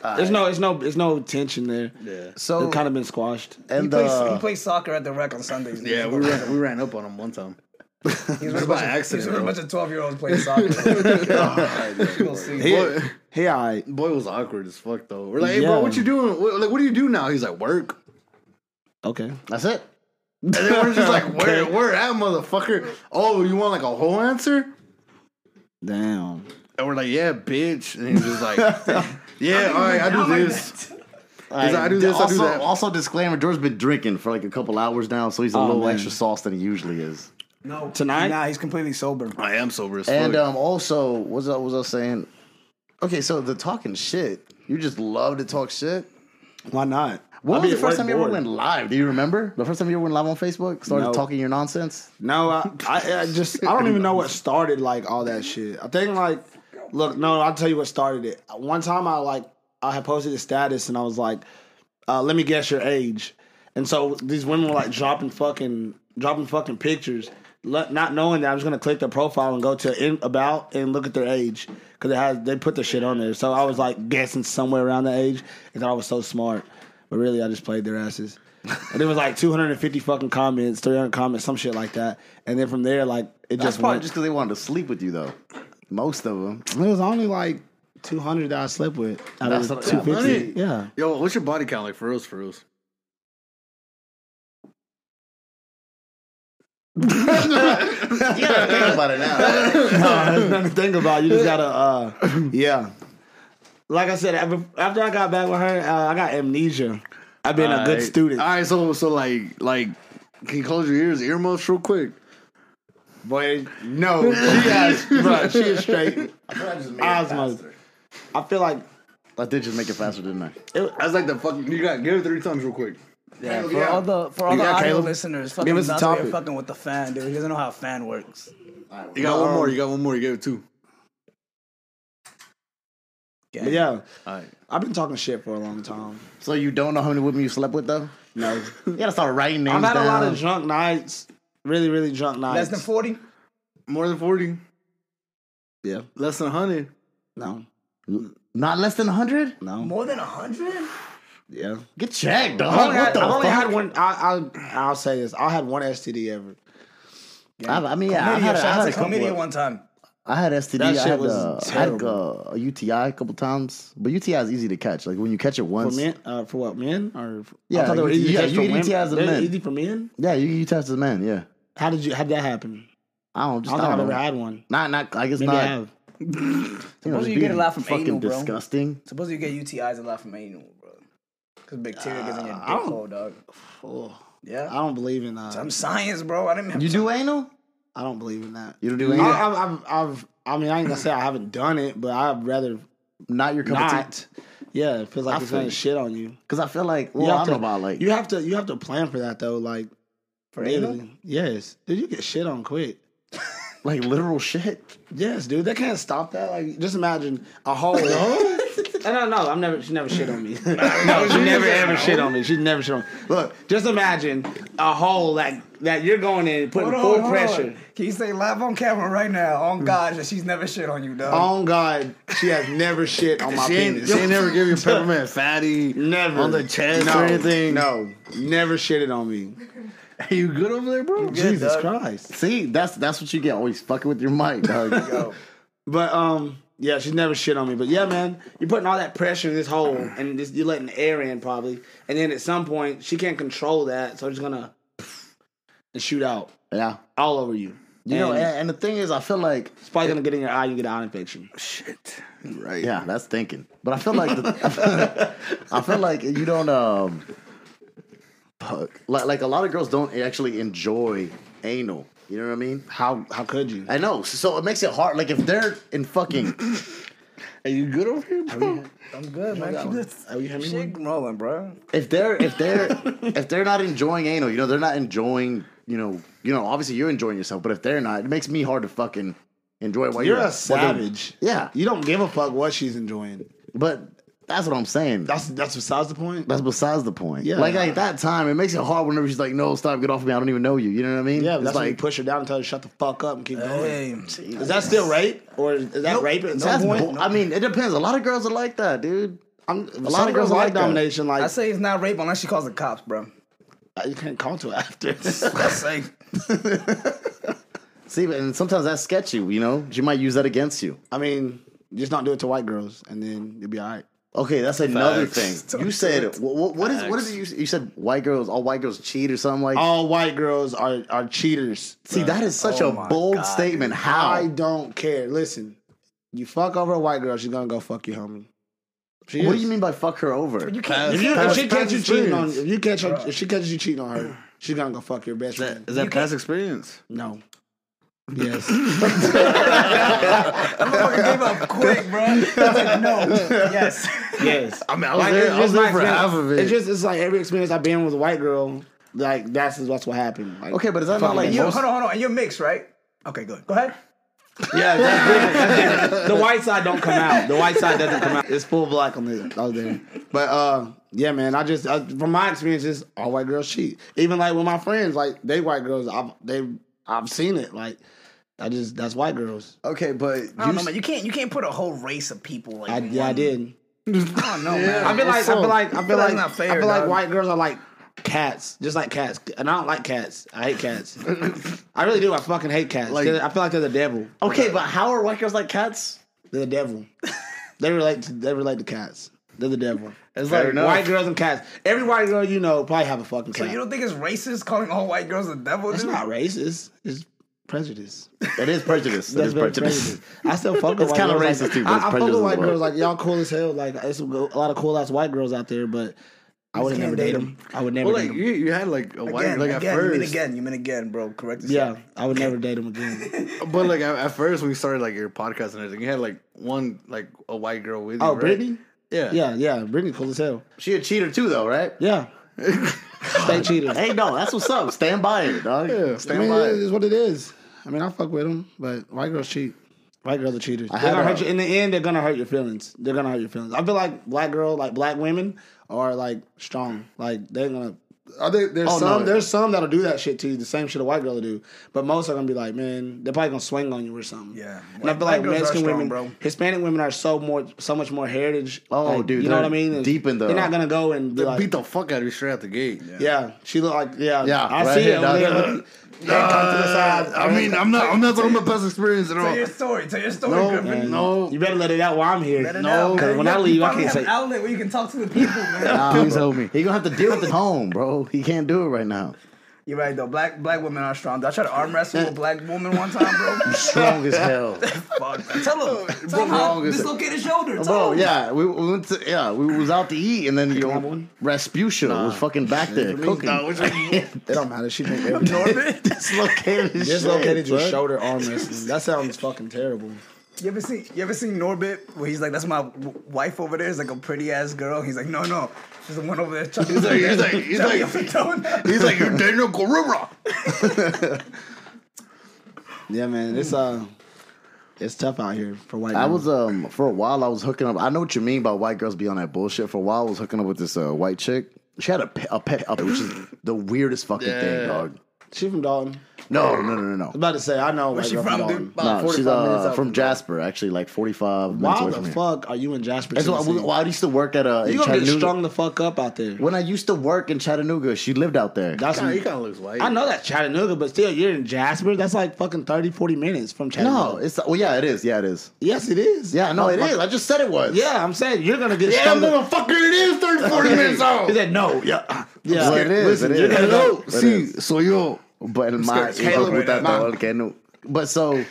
Speaker 6: There's no there's no there's no tension there.
Speaker 2: Yeah.
Speaker 3: So
Speaker 6: it kinda been squashed.
Speaker 4: He,
Speaker 3: and uh, the
Speaker 4: plays, he plays soccer at the rec on Sundays. dude. *laughs*
Speaker 2: Yeah, we ran, we ran up on him one time.
Speaker 4: He's
Speaker 2: Just
Speaker 4: with
Speaker 2: *laughs* by
Speaker 4: a bunch of- he's
Speaker 2: accident,
Speaker 4: with a
Speaker 2: bro.
Speaker 4: bunch of 12 year olds playing *laughs* soccer. You'll see.
Speaker 6: He,
Speaker 2: Boy,
Speaker 6: he alright.
Speaker 2: boy was awkward as fuck though. We're like, hey, bro,
Speaker 6: Yeah.
Speaker 2: what you doing? What, like, what do you do now? He's like, work.
Speaker 6: Okay.
Speaker 3: that's it.
Speaker 2: And then we're just
Speaker 6: *laughs*
Speaker 2: like, where, where at, motherfucker? Oh, you want like a whole answer?
Speaker 6: Damn.
Speaker 2: And we're like, yeah, bitch. And he's just
Speaker 6: *laughs*
Speaker 2: like, yeah, all right, I do this. He's like, I do this, I do
Speaker 3: also,
Speaker 2: that.
Speaker 3: also, disclaimer: George's been drinking for like a couple hours now, so he's a
Speaker 6: Oh,
Speaker 3: little
Speaker 6: man.
Speaker 3: extra sauce than he usually is.
Speaker 4: No.
Speaker 6: Tonight?
Speaker 4: Nah, he's completely sober.
Speaker 2: I am sober as fuck.
Speaker 3: And um, also, what's I was I saying? Okay, so the talking shit. You just love to talk shit.
Speaker 6: Why not?
Speaker 3: What
Speaker 6: I'll
Speaker 3: was
Speaker 6: be
Speaker 3: the first
Speaker 6: right
Speaker 3: time you ever
Speaker 6: bored.
Speaker 3: went live? Do you remember the first time you ever went live on Facebook? Started
Speaker 6: No.
Speaker 3: talking your nonsense.
Speaker 6: No, I, I, I just I don't even know what started like all that shit. I think like, look, no, I'll tell you what started it. One time I like I had posted a status and I was like, uh, "Let me guess your age," and so these women were like dropping fucking dropping fucking pictures, le- not knowing that I was gonna click their profile and go to in, about and look at their age because it has they put the shit on there. So I was like guessing somewhere around that age and thought I was so smart, but really I just played their asses. And it was like 250 fucking comments, 300 comments, some shit like that. And then from there, like it
Speaker 3: That's
Speaker 6: just
Speaker 3: probably
Speaker 6: went.
Speaker 3: just because they wanted to sleep with you, though. Most of them.
Speaker 6: it was only like 200 that I slept with. Out
Speaker 3: That's
Speaker 6: of
Speaker 3: not-
Speaker 6: the
Speaker 3: yeah,
Speaker 6: 250. Yeah, *laughs*
Speaker 2: Yo, what's your body count like for reals, for reals?
Speaker 3: Yeah, think about it now.
Speaker 6: no, there's nothing to think about. You just gotta, uh, yeah. Like I said, af- after I got back with her, uh, I got amnesia. I've been a good
Speaker 2: Alright.
Speaker 6: student,
Speaker 2: All right, so so like like, can you close your ears, earmuffs real quick?
Speaker 6: boy. No,
Speaker 3: *laughs*
Speaker 6: she is, bro, she is straight. *laughs* Osmos. I feel like
Speaker 3: I did just make it faster, didn't I?
Speaker 2: That's like the fucking. You got give it three times real quick.
Speaker 4: Yeah, for all the for all
Speaker 6: You
Speaker 4: the
Speaker 6: got
Speaker 4: audio
Speaker 6: Caleb?
Speaker 4: listeners,
Speaker 6: Give
Speaker 4: fucking
Speaker 6: us the
Speaker 4: Dante
Speaker 6: topic.
Speaker 4: fucking with the fan, dude. He doesn't know how a fan works.
Speaker 2: You got
Speaker 6: um
Speaker 2: one more. You got one more. You gave it two.
Speaker 6: but yeah.
Speaker 2: All right.
Speaker 6: I've been talking shit for a long time.
Speaker 3: So you don't know how many women you slept with, though? *laughs*
Speaker 6: No,
Speaker 3: You gotta start writing names
Speaker 6: I've had
Speaker 3: down.
Speaker 6: a lot of drunk nights. Really, really drunk nights.
Speaker 4: Less than forty.
Speaker 2: More than forty.
Speaker 6: Yeah.
Speaker 2: Less than hundred.
Speaker 6: No.
Speaker 3: Not less than 100?
Speaker 6: No.
Speaker 4: More than hundred?
Speaker 6: Yeah.
Speaker 3: Get checked, dog.
Speaker 6: I've only,
Speaker 3: what
Speaker 6: had,
Speaker 3: the
Speaker 6: I've only
Speaker 3: fuck?
Speaker 6: had one. I, I, I'll say this. I had one STD ever.
Speaker 3: I've- I mean, yeah, I
Speaker 4: Media,
Speaker 3: had, a, I
Speaker 4: shout out
Speaker 3: had a
Speaker 4: to chlamydia
Speaker 3: couple.
Speaker 4: one time.
Speaker 3: I had STD.
Speaker 6: That
Speaker 3: I
Speaker 6: shit
Speaker 3: had,
Speaker 6: was
Speaker 3: uh, I had
Speaker 6: terrible.
Speaker 3: uh, a UTI a couple times, but UTI is easy to catch. Like when you catch it
Speaker 6: For
Speaker 3: once,
Speaker 6: men, uh, for what men or
Speaker 3: Yeah,
Speaker 6: I thought they were
Speaker 3: you- E
Speaker 6: easy
Speaker 3: yeah,
Speaker 6: to catch
Speaker 3: you
Speaker 6: for
Speaker 3: get
Speaker 6: women.
Speaker 3: ETIs of
Speaker 6: They're
Speaker 3: men.
Speaker 6: easy for men.
Speaker 3: yeah, you you test as a man. Yeah,
Speaker 6: How did you? How did that happen?
Speaker 3: I don't
Speaker 6: I
Speaker 3: just
Speaker 6: don't
Speaker 3: I
Speaker 6: think I've
Speaker 3: don't
Speaker 6: ever
Speaker 3: know.
Speaker 6: had one.
Speaker 3: Not not. I guess
Speaker 6: Maybe I
Speaker 3: not.
Speaker 6: have.
Speaker 3: You know,
Speaker 4: Supposedly
Speaker 3: just
Speaker 4: you get
Speaker 3: being
Speaker 4: a lot from
Speaker 3: fucking
Speaker 4: anal, bro.
Speaker 3: disgusting.
Speaker 4: Supposedly you get UTIs a lot from anal, bro. Because bacteria gets in your dick
Speaker 6: don't-
Speaker 4: hole, dog.
Speaker 6: I
Speaker 4: Yeah.
Speaker 6: don't believe in. Uh,
Speaker 4: I'm science, bro. I didn't have
Speaker 3: You do anal?
Speaker 6: I don't believe in that.
Speaker 3: You don't do
Speaker 6: I,
Speaker 3: anal?
Speaker 6: I've, I've, I've, I mean, I ain't gonna say I haven't done it, but I'd rather
Speaker 3: Not your cup of tea.
Speaker 6: not. Yeah, it feels like
Speaker 3: I
Speaker 6: it's
Speaker 3: feel
Speaker 6: gonna
Speaker 3: you.
Speaker 6: shit on you.
Speaker 3: Because I feel like well,
Speaker 6: you
Speaker 3: I
Speaker 6: have
Speaker 3: don't
Speaker 6: to,
Speaker 3: know about like
Speaker 6: you have to you have to plan for that though. Like
Speaker 4: for anal.
Speaker 6: literally. yes, dude, you get shit on quick.
Speaker 3: like literal shit.
Speaker 6: Yes, dude, they can't stop that. Like, just imagine a whole. *laughs* no, no, no. I'm never. She never shit on *laughs* me. no, she never ever shit on me. She never shit on me. Look, just imagine a hole like that. You're going in putting
Speaker 4: Hold on,
Speaker 6: full
Speaker 4: hold on.
Speaker 6: pressure.
Speaker 4: Oh,
Speaker 6: Hmm.
Speaker 4: Can you say live on camera right now? On God, that she's never shit on you, dog.
Speaker 6: Oh God, she has never shit on my
Speaker 2: She ain't,
Speaker 6: penis.
Speaker 2: she ain't never give you peppermint fatty.
Speaker 6: Never
Speaker 2: on the chest
Speaker 6: no,
Speaker 2: or anything.
Speaker 6: No, never shitted on me.
Speaker 2: Are you good over there, bro?
Speaker 6: Jesus Christ.
Speaker 3: See, that's that's what you get always fucking with your mic, dog.
Speaker 6: But um, yeah, she's never shit on me. But yeah, man, you're putting all that pressure in this hole, and just, you're letting the air in probably, and then at some point she can't control that, so she's gonna *sniffs* and shoot out
Speaker 3: yeah,
Speaker 6: all over you.
Speaker 3: You know, eh,
Speaker 6: And-
Speaker 3: and, and the thing is, I feel like
Speaker 6: It's probably gonna get in your eye. You get an eye infection.
Speaker 2: Shit. You're Right.
Speaker 3: Yeah, that's thinking. But I feel like the, I feel like you don't um fuck. Like like a lot of girls don't actually enjoy anal. You know what I mean?
Speaker 6: How how could you?
Speaker 3: I know. So it makes it hard. Like if they're in
Speaker 6: *clears throat*
Speaker 3: fucking
Speaker 2: Are you good over here, bro?
Speaker 4: I'm good, man. Keep this
Speaker 6: Are you having
Speaker 4: shit rolling, bro.
Speaker 3: if they're if
Speaker 4: *laughs*
Speaker 3: they're if they're not enjoying anal, you know, they're not enjoying, you know, you know, obviously you're enjoying yourself, but if they're not, it makes me hard to fucking enjoy it while
Speaker 6: You're
Speaker 3: you're
Speaker 6: a savage.
Speaker 3: Yeah.
Speaker 6: You don't give a fuck what she's enjoying.
Speaker 3: But that's what I'm saying.
Speaker 6: That's that's besides the point.
Speaker 3: That's besides the point.
Speaker 6: Yeah.
Speaker 3: Like at that time, it makes it hard whenever she's like, "No, stop, get off me. I don't even know you." You know what I mean?
Speaker 6: yeah, but
Speaker 3: It's
Speaker 6: that's like, when you
Speaker 3: like
Speaker 6: push her down and tell her to shut the fuck up and keep going.
Speaker 4: Hey,
Speaker 6: Is that still rape or is that
Speaker 4: Nope.
Speaker 6: rape? At no
Speaker 3: that's.
Speaker 6: point.
Speaker 3: bull- I mean, it depends. A lot of girls are like that, dude.
Speaker 6: I'm, a
Speaker 3: Some
Speaker 6: lot of girls
Speaker 3: girls like
Speaker 6: like
Speaker 3: that.
Speaker 6: domination. Like
Speaker 4: I say it's not rape unless she calls the cops, bro.
Speaker 6: you can't come to her after. *laughs*
Speaker 4: That's like
Speaker 3: See, and sometimes that's sketchy. You know, she might use that against you.
Speaker 6: I mean, just not do it to white girls, and then you'll be all right.
Speaker 3: Okay, that's another
Speaker 2: Facts.
Speaker 3: thing. You said what, what is what is it? You, you said white girls, all white girls cheat or something like.
Speaker 6: All white girls are are cheaters.
Speaker 3: See, that is such
Speaker 4: Oh
Speaker 3: a
Speaker 4: my
Speaker 3: bold
Speaker 4: God,
Speaker 3: statement.
Speaker 6: I
Speaker 3: How?
Speaker 6: don't care. Listen, you fuck over a white girl, she's gonna go fuck you, homie. She
Speaker 3: What
Speaker 6: is.
Speaker 3: do you mean by fuck her over?
Speaker 4: you
Speaker 2: Pass-
Speaker 4: can't.
Speaker 6: If, you, if
Speaker 2: Past-
Speaker 6: she
Speaker 2: past
Speaker 6: catches you cheating on,
Speaker 2: experience.
Speaker 6: if you catch her, if she catches you cheating on her, she's gonna go fuck your best
Speaker 2: Is that,
Speaker 6: friend.
Speaker 2: is that past experience?
Speaker 6: No. Yes.
Speaker 4: I'm gonna give up quick, bro.
Speaker 6: *laughs*
Speaker 4: It's like, no. Yes. *laughs*
Speaker 6: yes.
Speaker 2: I mean, I
Speaker 6: Like, it's just
Speaker 2: there
Speaker 6: my experience.
Speaker 2: it.
Speaker 6: It's just it's like every experience I've been with a white girl, like that's that's what happened. Like,
Speaker 3: Okay, but is that not
Speaker 6: fucking
Speaker 3: like
Speaker 4: And you,
Speaker 3: most?
Speaker 4: hold on, hold on. And you're mixed, right? Okay, good. Go ahead.
Speaker 2: yeah, that's
Speaker 6: *laughs*
Speaker 2: different.
Speaker 6: the white side don't come out. The white side doesn't come out. It's full black on the out there. But uh, yeah, man. I just uh, from my experiences, all white girls cheat. Even like with my friends, like they white girls. I've they I've seen it. Like I just that's white girls.
Speaker 3: Okay, but
Speaker 4: I don't know,
Speaker 3: you-
Speaker 4: man. You can't. You can't put a whole race of people like.
Speaker 6: I,
Speaker 4: in
Speaker 6: yeah, I
Speaker 4: one-
Speaker 6: did.
Speaker 4: I don't know, man.
Speaker 6: I feel like I feel
Speaker 4: That's
Speaker 6: like I feel like
Speaker 4: not fair,
Speaker 6: I feel like
Speaker 4: dog.
Speaker 6: white girls are like cats, just like cats. And I don't like cats. I hate cats. I really do. I fucking hate cats. 'Cause I feel like they're the devil.
Speaker 3: okay, but how are white girls like cats?
Speaker 6: They're the devil. they relate to they relate to cats. They're the devil. It's
Speaker 3: Fair
Speaker 6: like
Speaker 3: enough.
Speaker 6: white girls and cats. Every white girl you know probably have a fucking
Speaker 4: So
Speaker 6: cat.
Speaker 4: you don't think it's racist calling all white girls the devil?
Speaker 6: it's
Speaker 4: dude?
Speaker 6: not racist. It's prejudice.
Speaker 3: It is prejudice. It is
Speaker 6: very
Speaker 3: prejudice.
Speaker 6: I still fuck with
Speaker 3: It's
Speaker 6: white
Speaker 3: kinda
Speaker 6: girls,
Speaker 3: racist
Speaker 6: like,
Speaker 3: too, but
Speaker 6: I,
Speaker 3: it's
Speaker 6: I fuck
Speaker 3: prejudice
Speaker 6: with
Speaker 3: as
Speaker 6: white
Speaker 3: well.
Speaker 6: girls. Like y'all cool as hell. Like it's a lot of cool ass white girls out there, but I would
Speaker 4: can't
Speaker 6: never
Speaker 4: date
Speaker 6: date them. I would never
Speaker 2: Well,
Speaker 6: date
Speaker 2: like
Speaker 6: 'em.
Speaker 2: you, you had like a white,
Speaker 4: Again,
Speaker 2: like at
Speaker 4: again, you mean
Speaker 2: first,
Speaker 4: again, you mean again, bro. Correct.
Speaker 6: Yeah, I
Speaker 2: *laughs*
Speaker 6: would never date him again.
Speaker 2: but like at, at first when you started like your podcast and everything, you had like one like a white girl with you.
Speaker 6: Oh,
Speaker 2: right?
Speaker 6: Brittany?
Speaker 2: Yeah,
Speaker 6: Yeah, yeah, Brittany cool as hell.
Speaker 3: She a cheater too, though, right?
Speaker 6: *laughs* Yeah, stay cheating.
Speaker 3: Hey, no, Oh, that's what's up. Stand by it, dog.
Speaker 2: Yeah.
Speaker 6: I
Speaker 3: Stand
Speaker 6: mean,
Speaker 3: by
Speaker 6: it
Speaker 3: it.
Speaker 6: is what it is. I mean, I fuck with them, but white girls cheat. White girls are cheaters.
Speaker 3: I
Speaker 6: They're
Speaker 3: had
Speaker 6: gonna
Speaker 3: a-
Speaker 6: hurt you. In the end, they're gonna hurt your feelings. They're gonna hurt your feelings. I feel like black girl, like black women, are like strong. Like they're gonna. Are they, there's
Speaker 3: Oh,
Speaker 6: some.
Speaker 3: no.
Speaker 6: There's some that'll do that shit to you. The same shit a white girl will do. But most are gonna be like, man, they're probably gonna swing on you or something.
Speaker 4: Yeah.
Speaker 6: And I feel
Speaker 4: Black
Speaker 6: like
Speaker 4: girls are
Speaker 6: Mexican
Speaker 4: strong,
Speaker 6: women,
Speaker 4: bro.
Speaker 6: Hispanic women are so more, so much more heritage.
Speaker 3: Oh,
Speaker 6: like,
Speaker 3: dude,
Speaker 6: you know what
Speaker 3: they're
Speaker 6: I mean? And
Speaker 3: deep in the-
Speaker 6: They're not gonna go and be
Speaker 2: They
Speaker 6: like,
Speaker 2: beat the fuck out of you straight out the gate.
Speaker 6: yeah, she look like yeah.
Speaker 3: Yeah,
Speaker 6: I
Speaker 3: right
Speaker 6: see
Speaker 3: here,
Speaker 6: it. over
Speaker 3: dog.
Speaker 6: there. Look, hand come to the side.
Speaker 2: I mean, I'm not, I'm not talking about past experience at
Speaker 4: Tell
Speaker 2: all. *laughs*
Speaker 4: your story. Tell your story,
Speaker 2: No,
Speaker 4: Griffin.
Speaker 2: no.
Speaker 6: You better let it out while I'm here.
Speaker 4: Let it
Speaker 6: no,
Speaker 4: out,
Speaker 6: because
Speaker 4: man.
Speaker 6: when
Speaker 4: You
Speaker 6: I
Speaker 4: have-
Speaker 6: leave,
Speaker 4: you
Speaker 6: I
Speaker 4: finally
Speaker 6: can't
Speaker 4: have
Speaker 6: say.
Speaker 4: an outlet where you can talk to the people, man.
Speaker 6: *laughs*
Speaker 2: Please help me.
Speaker 3: He gonna have to deal with it at home, bro. He can't do it right
Speaker 6: *laughs*
Speaker 3: now.
Speaker 4: You're right though. Black black women are strong. I tried to arm wrestle with a black woman one time, bro.
Speaker 3: Strong as *laughs* hell,
Speaker 4: Fuck. Tell him. Tell him how
Speaker 3: wrong is-
Speaker 4: dislocate his shoulder. Tell
Speaker 3: bro.
Speaker 4: him.
Speaker 3: Yeah, we, we went to yeah, we was out to eat, and then you
Speaker 6: have
Speaker 3: know,
Speaker 6: one?
Speaker 3: Rasputia was fucking back there cooking.
Speaker 6: *laughs*
Speaker 2: No, which one you-
Speaker 3: *laughs*
Speaker 6: It don't matter. She make everything.
Speaker 4: Norman.
Speaker 3: Dislocated his shit,
Speaker 6: Dislocated your
Speaker 3: bro.
Speaker 6: shoulder arm wrestling. That sounds fucking terrible.
Speaker 4: *laughs* You ever seen you ever seen Norbit where he's like, "That's my w- wife over there. Is like a pretty ass girl." He's like, "No, no, she's the one over there." Chuck-
Speaker 2: He's like, he's like,
Speaker 4: *laughs*
Speaker 2: he's
Speaker 4: Chuck-
Speaker 2: like,
Speaker 4: Chuck- Chuck- *laughs*
Speaker 2: he's like, you're Daniel Gorilla.
Speaker 6: Yeah, man. It's uh, it's tough out here for white.
Speaker 3: I
Speaker 6: men.
Speaker 3: was um for a while I was hooking up. I know what you mean by white girls be on that bullshit. For a while I was hooking up with this uh, white chick. She had a pet, a pet, a, which is the weirdest fucking
Speaker 2: Yeah.
Speaker 3: thing, dog.
Speaker 6: She from Dalton. I
Speaker 3: No, no, no, no,
Speaker 6: was
Speaker 3: no.
Speaker 6: about to say I know. Where's
Speaker 4: she from, dude?
Speaker 3: No, she's
Speaker 2: 45 minutes
Speaker 3: uh,
Speaker 2: out
Speaker 3: from Jasper, actually, like 45 minutes
Speaker 6: Why
Speaker 3: away
Speaker 6: the
Speaker 3: from here.
Speaker 6: fuck are you in Jasper?
Speaker 3: That's why,
Speaker 6: Tennessee?
Speaker 3: why I used to work at a. in
Speaker 6: you gonna get
Speaker 3: Chattanooga.
Speaker 6: strung the fuck up out there.
Speaker 3: When I used to work in Chattanooga, she lived out there.
Speaker 6: That's
Speaker 2: Nah, he kind of looks white.
Speaker 6: I know that's Chattanooga, but still, you're in Jasper. That's like fucking 30, 40 minutes from Chattanooga.
Speaker 3: no, it's well, yeah, it is, yeah, it is.
Speaker 6: yes, it is.
Speaker 3: Yeah, no,
Speaker 6: Oh,
Speaker 3: it
Speaker 6: fuck.
Speaker 3: is. I just said it was.
Speaker 6: Yeah, I'm saying you're gonna get
Speaker 2: Yeah,
Speaker 6: strung up.
Speaker 2: motherfucker, it is 30,
Speaker 3: *laughs*
Speaker 2: 40 minutes out.
Speaker 6: He said no. Yeah, yeah.
Speaker 3: Well, it is.
Speaker 2: Listen,
Speaker 3: it
Speaker 2: you're
Speaker 3: is.
Speaker 2: gonna go.
Speaker 3: It
Speaker 2: See,
Speaker 3: is.
Speaker 2: soy yo.
Speaker 3: but my
Speaker 2: Caleb,
Speaker 3: puta
Speaker 2: man.
Speaker 3: todo el que no- But so,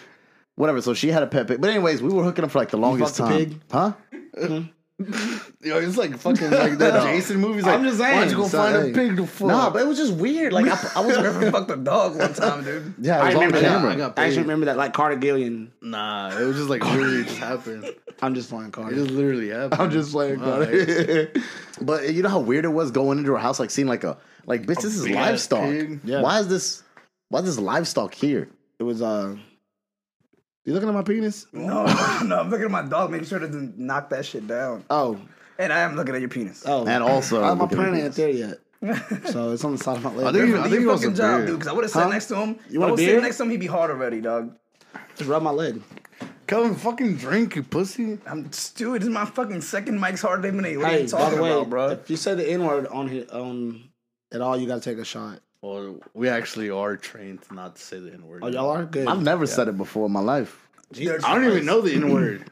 Speaker 3: whatever. So she had a pet pig. But anyways, we were hooking up for like the longest
Speaker 6: fucked
Speaker 3: time.
Speaker 6: a pig?
Speaker 3: Huh?
Speaker 2: Yo, it's like fucking like that Jason movies. Like,
Speaker 6: I'm just
Speaker 2: Why don't you
Speaker 6: saying,
Speaker 2: go
Speaker 6: so,
Speaker 2: find
Speaker 6: hey.
Speaker 2: a pig to fuck?
Speaker 3: Nah, but it was just weird. Like I, I
Speaker 4: *laughs*
Speaker 3: was.
Speaker 4: Griffin fucked a dog one time, dude.
Speaker 3: *laughs* Yeah, it was on
Speaker 6: I remember that.
Speaker 3: camera.
Speaker 2: I got
Speaker 6: I actually
Speaker 2: paid.
Speaker 6: remember that, like Carter Gillian.
Speaker 2: Nah, it was just like literally just happened. It
Speaker 6: I'm just playing Carter.
Speaker 2: just literally happened.
Speaker 3: I'm just playing
Speaker 2: Wow,
Speaker 3: Carter. *laughs* but you know how weird it was going into her house, like seeing like a like bitch. this is
Speaker 2: big-ass
Speaker 3: livestock.
Speaker 2: pig.
Speaker 6: Yeah.
Speaker 3: Why is this? Why is this livestock here?
Speaker 6: It was uh. You looking at my penis?
Speaker 4: No, *laughs* no, I'm looking at my dog, making sure it doesn't knock that shit down.
Speaker 6: Oh,
Speaker 4: And I am looking at your penis.
Speaker 6: oh.
Speaker 3: And also,
Speaker 6: I'm
Speaker 3: look at
Speaker 6: printer
Speaker 3: the
Speaker 6: ain't there yet, so it's on the side of my leg.
Speaker 2: I think,
Speaker 4: I
Speaker 2: I
Speaker 4: do
Speaker 2: think it
Speaker 4: your
Speaker 2: was a
Speaker 4: fucking job,
Speaker 2: beer.
Speaker 4: dude. Because I would have sat
Speaker 6: Huh?
Speaker 4: next to him.
Speaker 6: You
Speaker 4: I
Speaker 6: want a
Speaker 4: would sit
Speaker 6: beer?
Speaker 4: next to him. He'd be hard already, dog.
Speaker 6: Just rub my leg.
Speaker 2: Come fucking drink, you pussy.
Speaker 4: I'm, dude, this is my fucking second Mike's hard lemonade. What are
Speaker 6: Hey,
Speaker 4: you
Speaker 6: by
Speaker 4: talking
Speaker 6: the way,
Speaker 4: about, bro?
Speaker 6: if you say the N word on here, on at all, you gotta take a shot.
Speaker 2: Well, we actually are trained to not to say the N word.
Speaker 6: Oh, y'all are good.
Speaker 3: I've never said it before in my life.
Speaker 4: Jesus
Speaker 2: I don't even
Speaker 4: Christ.
Speaker 2: know the N word.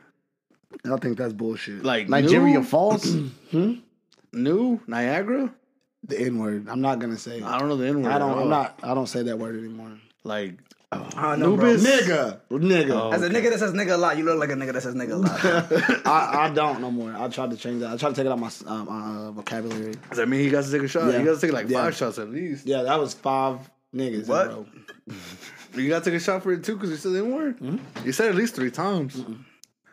Speaker 6: I think that's bullshit.
Speaker 2: Like
Speaker 3: Nigeria
Speaker 2: New,
Speaker 3: Falls.
Speaker 2: new Niagara.
Speaker 6: the N word. I'm not gonna say. It.
Speaker 2: I
Speaker 6: I
Speaker 2: don't know the N word.
Speaker 6: don't. I'm not. I don't say that word anymore.
Speaker 2: like
Speaker 4: I don't know, bro.
Speaker 2: Nubis?
Speaker 6: Nigga, nigga.
Speaker 4: As a nigga that says nigga a lot, you look like a nigga that says nigga a
Speaker 6: *laughs* Oh.
Speaker 4: lot.
Speaker 6: I, I don't no more. I tried to change that. I tried to take it out my um, uh, vocabulary.
Speaker 2: Does that mean he got to take a shot?
Speaker 6: Yeah.
Speaker 2: You got to take like
Speaker 6: Yeah.
Speaker 2: five shots at least.
Speaker 6: Yeah, that was five niggas.
Speaker 4: What?
Speaker 6: Bro.
Speaker 2: You got to take a shot for it too because you said the N word.
Speaker 6: Mm-hmm.
Speaker 2: You said at least three times.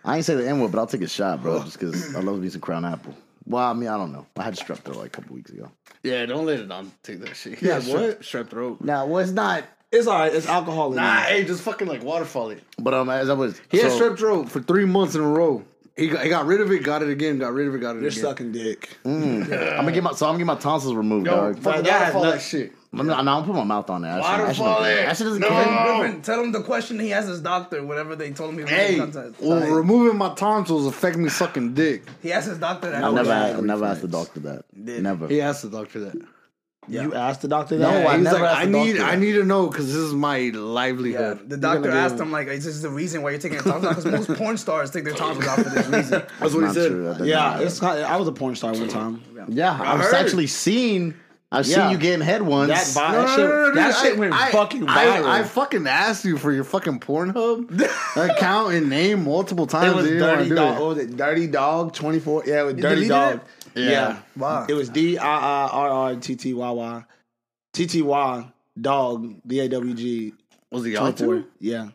Speaker 3: I ain't say the N word, but I'll take a shot, bro, just because I love me some Crown Apple. Well, I mean, I don't know. I had strep throat like a couple weeks ago.
Speaker 2: Yeah, don't let it on take that shit.
Speaker 6: Yeah,
Speaker 2: Strep-
Speaker 6: what?
Speaker 2: Strep throat.
Speaker 3: Now, well, it's not.
Speaker 6: It's all right. It's alcohol. in
Speaker 2: Nah,
Speaker 6: there.
Speaker 2: hey, just fucking like waterfall it.
Speaker 3: But um, as I was,
Speaker 2: He had
Speaker 3: so-
Speaker 2: strep throat for three months in a row. He got, he got rid of it, got it again, got rid of it, got it
Speaker 6: You're
Speaker 2: again.
Speaker 6: sucking dick.
Speaker 3: I'm gonna get my so I'm gonna get my tonsils removed,
Speaker 2: Yo,
Speaker 3: dog.
Speaker 2: fucking
Speaker 6: that has
Speaker 2: waterfall
Speaker 6: nothing-
Speaker 2: that shit.
Speaker 3: I'm not, no, I'm gonna put my mouth on it. Actually,
Speaker 2: Waterfall
Speaker 3: actually,
Speaker 2: it.
Speaker 3: actually doesn't
Speaker 2: No.
Speaker 3: care.
Speaker 4: Griffin, tell him the question he asked his doctor whenever they told him he was
Speaker 2: Hey,
Speaker 4: gonna come to-
Speaker 2: well, removing my tonsils affect me sucking dick.
Speaker 4: He asked his doctor that.
Speaker 3: I never,
Speaker 4: question.
Speaker 3: I never asked the doctor that. Never.
Speaker 2: He asked the doctor that.
Speaker 6: You asked the doctor
Speaker 3: No,
Speaker 6: that.
Speaker 3: Oh, I
Speaker 2: He's
Speaker 3: never
Speaker 2: like,
Speaker 3: asked
Speaker 2: I
Speaker 3: the
Speaker 2: need,
Speaker 3: doctor
Speaker 2: I
Speaker 3: that.
Speaker 2: need to know because this is my
Speaker 4: Yeah,
Speaker 2: livelihood.
Speaker 4: the doctor
Speaker 6: gonna
Speaker 4: asked
Speaker 6: give-
Speaker 4: him like, "Is this the reason why you're taking your tonsils out?" Because most porn stars take their tonsils out for this
Speaker 6: *laughs*
Speaker 4: reason.
Speaker 2: That's what he
Speaker 3: Not
Speaker 2: said.
Speaker 3: true, that doesn't
Speaker 6: Yeah,
Speaker 3: matter.
Speaker 6: it's kind I was a porn star one time.
Speaker 3: yeah. I've
Speaker 2: heard.
Speaker 3: actually seen. I've
Speaker 6: Yeah.
Speaker 3: seen you getting head once.
Speaker 6: That, vi-
Speaker 2: No,
Speaker 6: that
Speaker 2: no,
Speaker 6: shit,
Speaker 2: no, no,
Speaker 6: that
Speaker 2: dude,
Speaker 6: shit
Speaker 2: I-
Speaker 6: went
Speaker 2: I-
Speaker 6: fucking
Speaker 2: I,
Speaker 6: viral.
Speaker 2: I fucking asked you for your fucking Pornhub account and name multiple times.
Speaker 6: it was
Speaker 2: You didn't wanna
Speaker 6: dirty
Speaker 2: do
Speaker 6: dog.
Speaker 2: it.
Speaker 6: What was it? Dirty dog twenty four. Yeah, it was dirty
Speaker 4: deleted
Speaker 6: dog.
Speaker 2: Yeah.
Speaker 4: Wow.
Speaker 6: It was D I I R R T T Y Y T T Y dog D A W G
Speaker 2: Was he out
Speaker 6: twenty
Speaker 2: to
Speaker 6: four.
Speaker 2: it
Speaker 6: Yeah,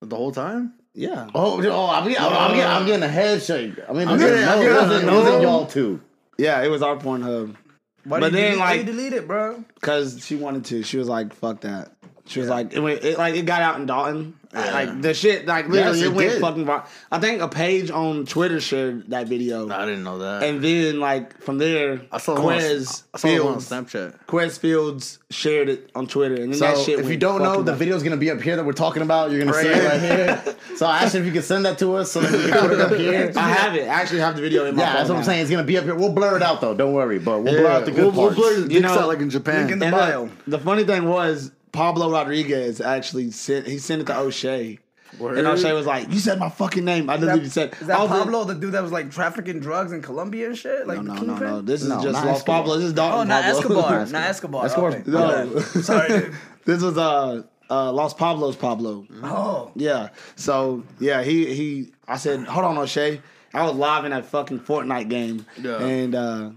Speaker 2: the whole time?
Speaker 6: yeah.
Speaker 3: Oh, dude, oh, I'm, getting, I'm, I'm getting, I'm getting a head shake. I mean,
Speaker 2: I'm
Speaker 3: no,
Speaker 2: getting- I'm
Speaker 3: it
Speaker 2: getting-
Speaker 3: wasn't- it
Speaker 2: no.
Speaker 3: wasn't y'all too.
Speaker 6: Yeah, it was our Pornhub
Speaker 4: Why
Speaker 6: But
Speaker 4: did you
Speaker 6: then,
Speaker 4: delete, why
Speaker 6: like-
Speaker 4: you delete it, bro?
Speaker 6: because she wanted to. She was like, "Fuck that." She was like, it, went, it like it got out in Dalton. Like the shit, like literally,
Speaker 3: Yes,
Speaker 6: it,
Speaker 3: it
Speaker 6: went
Speaker 3: did.
Speaker 6: fucking. Viral. I think a page on Twitter shared that video,
Speaker 3: Uh,
Speaker 2: I didn't know that.
Speaker 6: and then like from there,
Speaker 2: I saw
Speaker 6: Quez
Speaker 2: him on, I saw him on
Speaker 6: Fields-
Speaker 2: Snapchat.
Speaker 6: Quez Fields shared it on Twitter, and then
Speaker 3: So
Speaker 6: that shit.
Speaker 3: if you
Speaker 6: went
Speaker 3: don't know,
Speaker 6: fucking
Speaker 3: the
Speaker 6: viral.
Speaker 3: video's gonna be up here that we're talking about. You're gonna see it right here. So I asked if you could send that to us so that we can put it up here.
Speaker 6: I have it. I actually have the video in my.
Speaker 3: Yeah,
Speaker 6: phone
Speaker 3: that's what I'm
Speaker 6: now.
Speaker 3: saying. It's gonna be up here. We'll blur it out though. Don't worry, but we'll blur out the
Speaker 2: we'll,
Speaker 3: good
Speaker 2: we'll
Speaker 3: parts.
Speaker 2: blur the
Speaker 6: You
Speaker 2: dicks
Speaker 6: know-
Speaker 2: out like in Japan.
Speaker 4: Link in the
Speaker 6: And uh,
Speaker 4: bio.
Speaker 6: look, the funny thing was Pablo Rodriguez actually sent. He sent it to O'Shea. And O'Shea was like, "You said my fucking name." I literally
Speaker 4: Is
Speaker 6: said,
Speaker 4: that, is that
Speaker 6: "Oh, the-
Speaker 4: Pablo, the dude that was like trafficking drugs in Colombia and shit, like
Speaker 6: No,
Speaker 4: the
Speaker 6: no,
Speaker 4: kingpin?
Speaker 6: no. This is
Speaker 3: No,
Speaker 6: just
Speaker 3: not
Speaker 6: Los
Speaker 3: Escobar.
Speaker 6: Pablos. This is Dalton
Speaker 4: Oh, not
Speaker 6: Pablo. *laughs*
Speaker 4: Escobar, not Escobar.
Speaker 3: Escobar.
Speaker 4: Okay.
Speaker 6: No.
Speaker 4: My bad. sorry. dude.
Speaker 6: *laughs* This was uh, uh Los Pablos Pablo.
Speaker 4: Oh,
Speaker 6: Yeah. So yeah, he he. I said, "Hold on, O'Shea." I was live in that fucking Fortnite game,
Speaker 2: Yeah.
Speaker 6: and uh,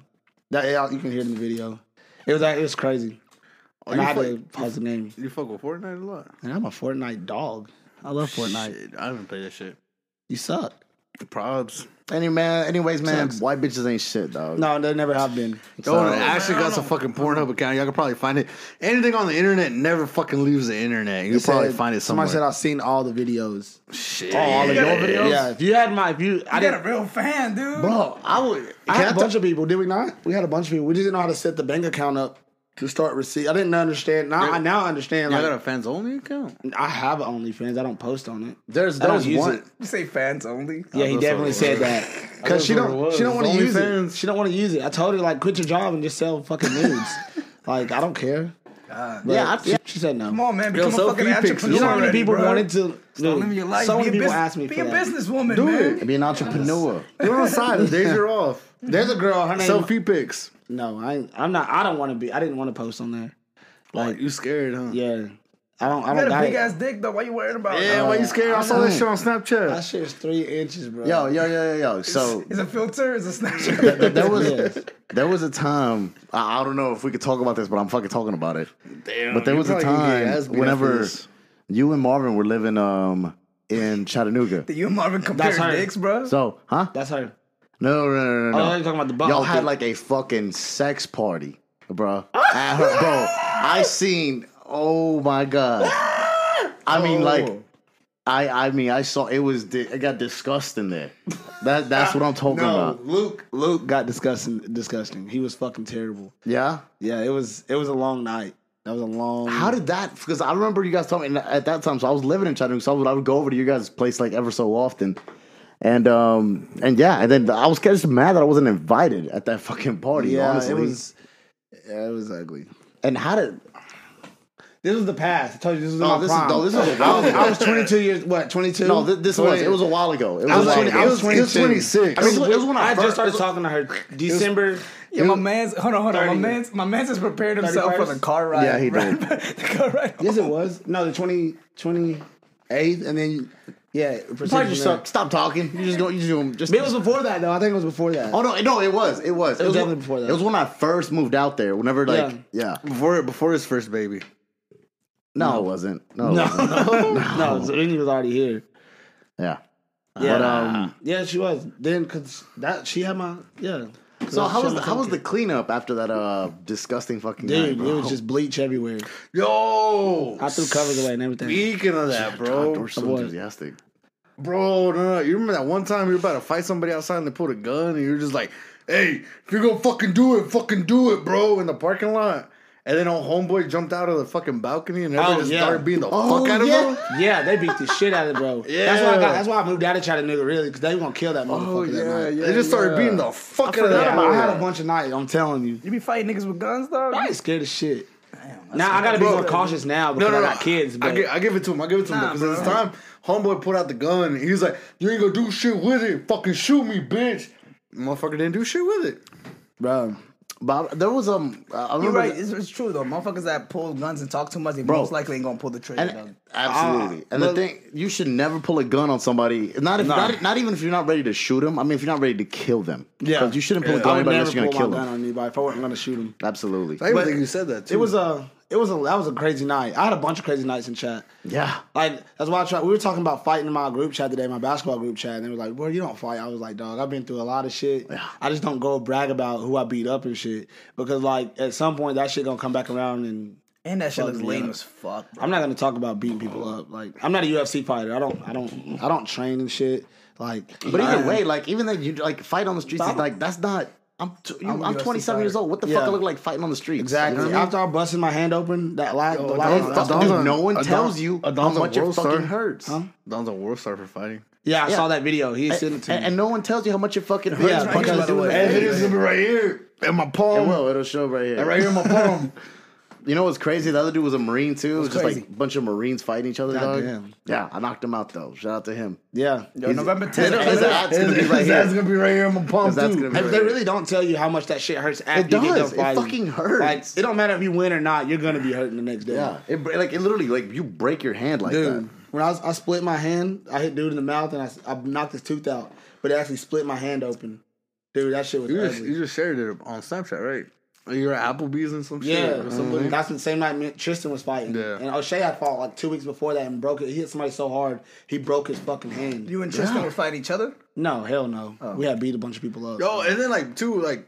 Speaker 6: that yeah, you can hear it in the video. It was like, it was crazy.
Speaker 2: Oh,
Speaker 6: and
Speaker 2: you
Speaker 6: I had
Speaker 2: fuck-
Speaker 6: to pause the game.
Speaker 2: You fuck with Fortnite a lot.
Speaker 6: And I'm a Fortnite dog. I love Fortnite.
Speaker 2: Shit, I haven't played that shit.
Speaker 6: You suck.
Speaker 2: Probs.
Speaker 3: Any man, anyways, man,
Speaker 6: Sucks.
Speaker 3: white bitches ain't shit, dog.
Speaker 6: No, they never have been.
Speaker 2: Yo, Ashley got some fucking Pornhub account. Y'all can probably find it. Anything on the internet never fucking leaves the internet. You can probably
Speaker 6: Said-
Speaker 2: find it somewhere.
Speaker 6: Somebody said I've seen all the videos.
Speaker 2: shit.
Speaker 6: all of your
Speaker 4: videos?
Speaker 6: Yeah. If you had my, if you, I
Speaker 4: I got a
Speaker 6: didn't.
Speaker 4: real fan, dude.
Speaker 6: Bro, I would. I
Speaker 3: Can
Speaker 6: had
Speaker 3: I
Speaker 6: a bunch of people. Did we not? We had a bunch of people. We just didn't know how to set the bank account up to start receipt. I didn't understand. Now, I now I understand.
Speaker 2: Y'all
Speaker 6: Like,
Speaker 2: got a fans only account?
Speaker 6: I have OnlyFans. I don't post on it.
Speaker 3: There's
Speaker 6: I don't
Speaker 3: there's
Speaker 6: use
Speaker 3: one.
Speaker 6: it.
Speaker 4: You say fans only?
Speaker 6: Yeah, he
Speaker 2: thought so.
Speaker 6: definitely said
Speaker 4: *laughs*
Speaker 6: that.
Speaker 2: thought
Speaker 6: Cause she
Speaker 2: so it
Speaker 6: don't,
Speaker 2: was.
Speaker 6: she don't want to use it.
Speaker 2: OnlyFans.
Speaker 6: She don't want to use it. I told her like, quit your job and just sell fucking nudes.
Speaker 4: *laughs*
Speaker 6: like, I don't care. But
Speaker 3: Yeah, I-
Speaker 6: she, she said no.
Speaker 4: Come on, man. Become
Speaker 2: sell
Speaker 4: a fucking
Speaker 2: feet pics.
Speaker 4: entrepreneur.
Speaker 6: You know how many
Speaker 4: already,
Speaker 6: people
Speaker 4: bro.
Speaker 6: wanted to
Speaker 4: Stop living your life.
Speaker 6: So many
Speaker 4: be a
Speaker 6: people
Speaker 4: bus-
Speaker 6: asked me
Speaker 4: Be
Speaker 6: for
Speaker 4: a
Speaker 6: that.
Speaker 4: businesswoman,
Speaker 2: Do
Speaker 4: man.
Speaker 2: it.
Speaker 3: Be an entrepreneur.
Speaker 2: Get on the side. The days are *laughs* off.
Speaker 6: There's a girl. Her name.
Speaker 2: Selfie pics.
Speaker 6: no, I ain't, I'm not. I don't want to be. I didn't want to post on there.
Speaker 2: Like, you scared, huh?
Speaker 6: Yeah, I don't. I
Speaker 4: You
Speaker 6: don't
Speaker 4: got a
Speaker 6: die.
Speaker 4: big ass dick though. Why you worried about?
Speaker 2: Yeah,
Speaker 4: it?
Speaker 2: why you scared? Oh. I saw that shit on Snapchat.
Speaker 6: That shit is three inches, bro.
Speaker 3: Yo, yo, yo, yo, yo.
Speaker 6: Oh.
Speaker 3: So
Speaker 4: Is it filter? Is
Speaker 6: *laughs*
Speaker 4: it Snapchat?
Speaker 3: there was
Speaker 6: Yes.
Speaker 3: there was a time I, I don't know if we could talk about this, but I'm fucking talking about it.
Speaker 2: Damn,
Speaker 3: but there
Speaker 2: you
Speaker 3: was a
Speaker 2: probably gonna get
Speaker 3: time
Speaker 2: your ass beat after
Speaker 3: whenever
Speaker 2: this.
Speaker 3: you and Marvin were living um in Chattanooga.
Speaker 4: Did you and Marvin compare
Speaker 6: That's her.
Speaker 4: dicks, bro?
Speaker 3: So huh?
Speaker 6: That's her.
Speaker 3: No, no, no, no.
Speaker 6: Oh,
Speaker 3: no.
Speaker 6: you're talking about the butthole
Speaker 3: Y'all had
Speaker 6: thing.
Speaker 3: like a fucking sex party,
Speaker 6: *laughs*
Speaker 3: bro. At her, bro. I seen. Oh my
Speaker 6: *gasps*
Speaker 3: god. I
Speaker 6: Oh.
Speaker 3: mean, like, I, I mean, I saw it was. Di- it got disgusting there. That, that's what I'm talking
Speaker 6: No,
Speaker 3: about.
Speaker 6: Luke. Luke got disgusting. Disgusting. He was fucking terrible.
Speaker 3: Yeah.
Speaker 6: Yeah, it was. It was a long night. That was a long.
Speaker 3: How did that? Because I remember you guys talking at that time. So I was living in Chattanooga. So I would, I would go over to your guys' place like ever so often, and um and yeah, and then I was kind of just mad that I wasn't invited at that fucking party.
Speaker 6: Yeah,
Speaker 3: honestly.
Speaker 6: it was. Yeah, it was ugly.
Speaker 3: And how did?
Speaker 6: This was the past. I told you this was
Speaker 3: No,
Speaker 6: my
Speaker 3: this is
Speaker 6: prime.
Speaker 3: no, this is a
Speaker 6: I
Speaker 3: while
Speaker 6: was,
Speaker 3: ago.
Speaker 6: I was 22 years. What? 22.
Speaker 3: No, thi- this was it was a while ago. It was,
Speaker 6: I was
Speaker 3: a while
Speaker 6: 20
Speaker 3: ago.
Speaker 6: I was 22.
Speaker 2: 26.
Speaker 6: I mean,
Speaker 3: It was- it was when I
Speaker 6: I
Speaker 3: first-
Speaker 6: just started talking to her. December.
Speaker 4: Yeah, my man's hold on, hold on. My
Speaker 6: 30.
Speaker 4: man's my man's has prepared himself for
Speaker 6: 31st?
Speaker 4: the car ride.
Speaker 3: Yeah, he did.
Speaker 4: *laughs* Right? the car ride.
Speaker 6: Yes, it was. No, the 20, 28th, and then yeah.
Speaker 3: Fuck
Speaker 6: proceeded from
Speaker 3: yourself. Stop talking. You just go. You just go. Just.
Speaker 6: there. It was before that though. I think it was before that.
Speaker 3: oh no! No, it was. It was. It, when-
Speaker 6: was definitely before that.
Speaker 3: It was when I first moved out there. Whenever like yeah.
Speaker 2: Before before his first baby.
Speaker 3: No, it wasn't. No. it
Speaker 6: *laughs* no,
Speaker 3: wasn't.
Speaker 6: no, Zeleny was already here.
Speaker 3: Yeah.
Speaker 6: Yeah,
Speaker 3: But, um,
Speaker 6: yeah, she was. Then because that she had my yeah.
Speaker 3: So how was the, how was the cleanup after that uh disgusting fucking night,
Speaker 6: dude?
Speaker 3: bro?
Speaker 6: It
Speaker 3: *laughs*
Speaker 6: was just bleach everywhere.
Speaker 2: Yo,
Speaker 6: I threw covers away and everything.
Speaker 2: Speaking of that, bro,
Speaker 3: God, we're
Speaker 6: I
Speaker 3: so
Speaker 6: was.
Speaker 3: enthusiastic.
Speaker 2: bro, no, no, you remember that one time you were about to fight somebody outside and they pulled a gun and you were just like, "Hey, if you're gonna fucking do it, fucking do it, bro," in the parking lot. And then old homeboy jumped out of the fucking balcony and everybody
Speaker 6: Oh,
Speaker 2: just
Speaker 6: yeah.
Speaker 2: started beating the
Speaker 3: Oh,
Speaker 2: fuck out of
Speaker 3: yeah.
Speaker 2: him.
Speaker 6: Yeah, they beat the shit out of
Speaker 2: *laughs*
Speaker 6: it, bro.
Speaker 2: Yeah. Oh,
Speaker 6: That's why I got, that's why I moved out of Chattanooga really because they were gonna kill that motherfucker. that night.
Speaker 2: they just started beating the fuck out of
Speaker 6: Yeah,
Speaker 2: that
Speaker 6: I had a
Speaker 2: boy.
Speaker 6: bunch of nights. I'm telling you,
Speaker 4: You be fighting niggas with guns, dog?
Speaker 6: I ain't scared of shit. now I gotta be
Speaker 2: Bro, uh,
Speaker 6: more cautious now
Speaker 2: No,
Speaker 6: because
Speaker 2: no, no.
Speaker 6: I got kids.
Speaker 2: I
Speaker 6: But
Speaker 2: give, I give it to him. I give it to him
Speaker 4: Nah,
Speaker 2: because at the
Speaker 4: bro.
Speaker 2: time, homeboy pulled out the gun. He was like, "You ain't gonna do shit with it. Fucking shoot me, bitch." Motherfucker didn't do shit with it.
Speaker 6: bro,
Speaker 3: But there was um I remember
Speaker 4: You're right.
Speaker 3: the-
Speaker 4: It's, it's true though. Motherfuckers that pull guns and talk too much, they
Speaker 3: Bro.
Speaker 4: most likely ain't gonna pull the trigger. dog.
Speaker 3: And, absolutely.
Speaker 6: Ah,
Speaker 3: and the thing, you should never pull a gun on somebody. Not if not, not even if you're not ready to shoot them. I mean, if you're not ready to kill them.
Speaker 6: Yeah.
Speaker 3: 'Cause you shouldn't pull a
Speaker 6: I
Speaker 3: gun on
Speaker 6: would
Speaker 3: anybody
Speaker 6: never
Speaker 3: unless you're gonna kill
Speaker 6: pull my gun
Speaker 3: them.
Speaker 6: on anybody if I wasn't gonna shoot him.
Speaker 3: Absolutely.
Speaker 2: I even
Speaker 6: But
Speaker 2: think you said that too.
Speaker 6: It was a, it was a, that was a crazy night. I had a bunch of crazy nights in chat.
Speaker 3: Yeah.
Speaker 6: Like that's why I tried. We were talking about fighting in my group chat today, my basketball group chat, and they were like, "Bro, you don't fight." I was like, "Dog, I've been through a lot of shit. I just don't go brag about who I beat up and shit because like at some point that shit gonna come back around and
Speaker 4: And that shit looks
Speaker 6: me
Speaker 4: lame
Speaker 6: up.
Speaker 4: as fuck, bro.
Speaker 6: I'm not gonna talk about beating people up. Like I'm not a UFC fighter. I don't. I don't. I don't train and shit. Like,
Speaker 3: But either way, like even that you like fight on the streets is like that's not. I'm t- you,
Speaker 4: I'm
Speaker 3: I'm,
Speaker 4: a UFC
Speaker 3: 27 years
Speaker 4: fighter.
Speaker 3: old. What the
Speaker 6: Yeah.
Speaker 3: fuck I look like fighting on the streets?
Speaker 6: exactly.
Speaker 3: You know what I mean?
Speaker 6: After I busted my hand open, that last, the last,
Speaker 2: don't-
Speaker 3: Fuck,
Speaker 2: Adon's
Speaker 3: dude,
Speaker 2: a-
Speaker 3: no one
Speaker 2: Adon's-
Speaker 3: tells you how
Speaker 2: Adon's a
Speaker 3: much it fucking
Speaker 2: world star.
Speaker 3: hurts.
Speaker 2: Don's a world star for fighting.
Speaker 6: yeah, I
Speaker 3: Yeah.
Speaker 6: saw that video. He
Speaker 3: And,
Speaker 6: sent it to me.
Speaker 3: and- and no one tells you how much it fucking hurts.
Speaker 6: Yeah,
Speaker 3: punching
Speaker 6: because-
Speaker 3: a dude in the
Speaker 6: and
Speaker 3: face.
Speaker 6: it is-
Speaker 2: right here in my
Speaker 3: It
Speaker 2: palm.
Speaker 3: will. It'll show Oh. right here.
Speaker 2: Right here in my *laughs* palm.
Speaker 3: You know what's crazy? The other dude was a Marine too. It was just
Speaker 4: crazy.
Speaker 3: like a bunch of Marines fighting each other. dog.
Speaker 6: damn.
Speaker 3: Yeah, I knocked him out though. Shout out to him.
Speaker 6: yeah,
Speaker 4: Yo, November
Speaker 3: His,
Speaker 4: 10th.
Speaker 3: his ad's gonna be right
Speaker 2: His ass
Speaker 3: here.
Speaker 2: gonna be right here in my palm
Speaker 3: His
Speaker 2: too.
Speaker 3: ass gonna be
Speaker 6: If
Speaker 3: right
Speaker 6: they
Speaker 3: here.
Speaker 6: really don't tell you how much that shit hurts after
Speaker 3: It
Speaker 6: you get done
Speaker 3: does. It
Speaker 6: fighting.
Speaker 3: fucking hurts.
Speaker 6: Like, it don't matter if you win or not, you're gonna be hurting the next day.
Speaker 3: Yeah, it br- like it literally like you break your hand like
Speaker 6: Dude,
Speaker 3: that.
Speaker 6: when I was, I split my hand, I hit dude in the mouth and I, s- I knocked his tooth out, but it actually split my hand open. Dude, that shit was
Speaker 2: You just,
Speaker 6: ugly.
Speaker 2: you just shared it on Snapchat, right? You're at Applebee's and some
Speaker 6: yeah,
Speaker 2: shit. or something.
Speaker 6: absolutely. that's the same night me, Tristan was fighting.
Speaker 2: Yeah.
Speaker 6: And O'Shea had fought like two weeks before that and broke it. He hit somebody so hard, he broke his fucking hand.
Speaker 4: You and Tristan would fight each other?
Speaker 6: no, hell no. We had beat a bunch of people up.
Speaker 2: Oh. Yo, and then like too, like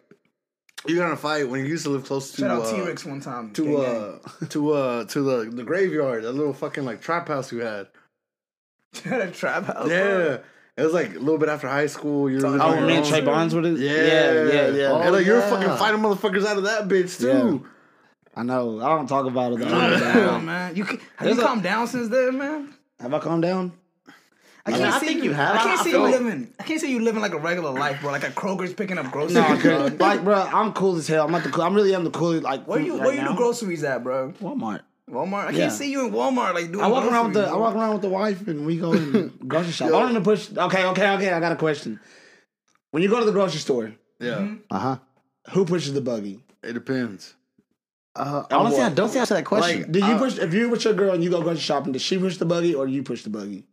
Speaker 2: you got in a fight when you used to live close to
Speaker 4: Shout out
Speaker 2: uh,
Speaker 4: T Rex one time. Gang,
Speaker 2: to
Speaker 4: gang.
Speaker 2: uh to uh to the the graveyard, that little fucking like trap house you had.
Speaker 4: *laughs* Shout out Trap House. bro.
Speaker 2: Yeah. It was like a little bit after high school. You were living
Speaker 6: Oh,
Speaker 2: on your
Speaker 6: me and
Speaker 2: own.
Speaker 6: Trey Bonds with it?
Speaker 2: Yeah,
Speaker 6: yeah, yeah. yeah.
Speaker 4: Oh,
Speaker 2: and like you're
Speaker 3: yeah.
Speaker 2: fucking fighting motherfuckers out of that bitch too.
Speaker 6: I know. I don't talk about it.
Speaker 2: *laughs*
Speaker 4: Calm
Speaker 6: though.
Speaker 4: down, man. You ca- have you
Speaker 6: There's a-
Speaker 4: calmed down since then, man?
Speaker 6: Have I calmed down?
Speaker 4: I
Speaker 3: mean, I think you have.
Speaker 4: I can't
Speaker 3: I
Speaker 4: see you
Speaker 3: feel-
Speaker 4: living. I can't see you living like a regular life, bro. Like a Kroger's picking up groceries.
Speaker 6: No,
Speaker 4: bro.
Speaker 6: like, bro, I'm cool as hell. I'm not the cool. I'm really am the coolest.
Speaker 4: *laughs*
Speaker 6: Like,
Speaker 4: Where you
Speaker 6: dude
Speaker 4: where
Speaker 6: right
Speaker 4: you
Speaker 6: now.
Speaker 4: do groceries at, bro?
Speaker 6: Walmart.
Speaker 4: Walmart. I
Speaker 6: Yeah.
Speaker 4: can't see you in Walmart like doing.
Speaker 6: I walk around with the
Speaker 4: groceries,
Speaker 6: I walk around with the wife and we go in the grocery shop. I don't even push. Okay, okay, okay. I got a question. When
Speaker 4: Mm-hmm.
Speaker 6: you go to the grocery store,
Speaker 2: Yeah,
Speaker 3: Uh huh.
Speaker 6: who pushes the buggy?
Speaker 2: it depends.
Speaker 3: Uh, honestly, I
Speaker 6: what?
Speaker 3: don't think I answered that question.
Speaker 6: Like, did you push? If you were with your girl and you go grocery shopping, did she push the buggy or you push the buggy?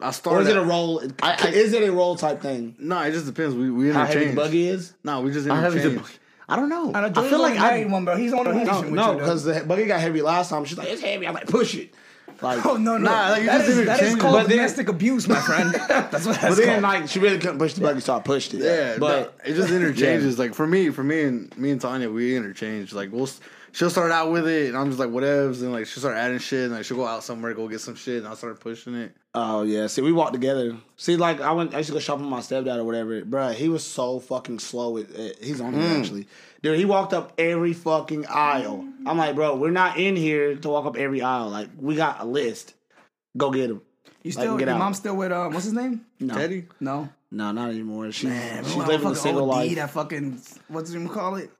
Speaker 2: I
Speaker 6: Or
Speaker 2: started.
Speaker 6: is it a roll?
Speaker 3: I- I-
Speaker 6: is it a roll type thing?
Speaker 2: Nah, it just depends. We we
Speaker 6: How heavy
Speaker 2: interchange.
Speaker 6: the buggy is?
Speaker 2: Nah, we just
Speaker 3: I haven't
Speaker 2: interchange.
Speaker 3: even- I don't know.
Speaker 4: And
Speaker 3: I feel like
Speaker 4: I
Speaker 3: I.
Speaker 4: one, bro. He's on a
Speaker 6: No,
Speaker 4: mission with
Speaker 6: no,
Speaker 4: you, dog.
Speaker 6: because the buggy got heavy last time. She's like, it's heavy. I'm like, push it. Like,
Speaker 4: Oh no, no,
Speaker 2: Nah, like, you
Speaker 4: that,
Speaker 2: just
Speaker 4: is,
Speaker 2: even
Speaker 4: that is
Speaker 2: changed it.
Speaker 4: called
Speaker 6: But then-
Speaker 4: domestic abuse, my
Speaker 6: *laughs*
Speaker 4: friend. That's what
Speaker 6: but
Speaker 4: that's
Speaker 6: then
Speaker 4: called.
Speaker 6: like she really couldn't push the buggy, so I pushed it.
Speaker 2: Yeah,
Speaker 6: but
Speaker 2: but it just interchanges. Like for me, for me and me and Tanya, we interchange. Like we'll s- she'll start out with it, and I'm just like whatevs, and like she'll start adding shit, and like she'll go out somewhere, go get some shit, and I'll start pushing it.
Speaker 6: oh yeah, see, we walked together. See, like I went, I used to go shopping with my stepdad or whatever. Bruh, he was so fucking slow. At, at- he's on
Speaker 4: Hmm.
Speaker 6: here actually, dude. He walked up every fucking aisle. I'm like, bro, we're not in here to walk up every aisle. Like, we got a list. Go get him.
Speaker 4: you still,
Speaker 6: like, get
Speaker 4: your
Speaker 6: out.
Speaker 4: mom's still with um, what's his name?
Speaker 6: No,
Speaker 2: Teddy,
Speaker 4: No,
Speaker 6: no, not anymore. She,
Speaker 4: Man,
Speaker 6: she's
Speaker 4: remember
Speaker 6: living
Speaker 4: when
Speaker 6: a single
Speaker 4: fucking OD,
Speaker 6: life.
Speaker 4: That fucking what's his name call it?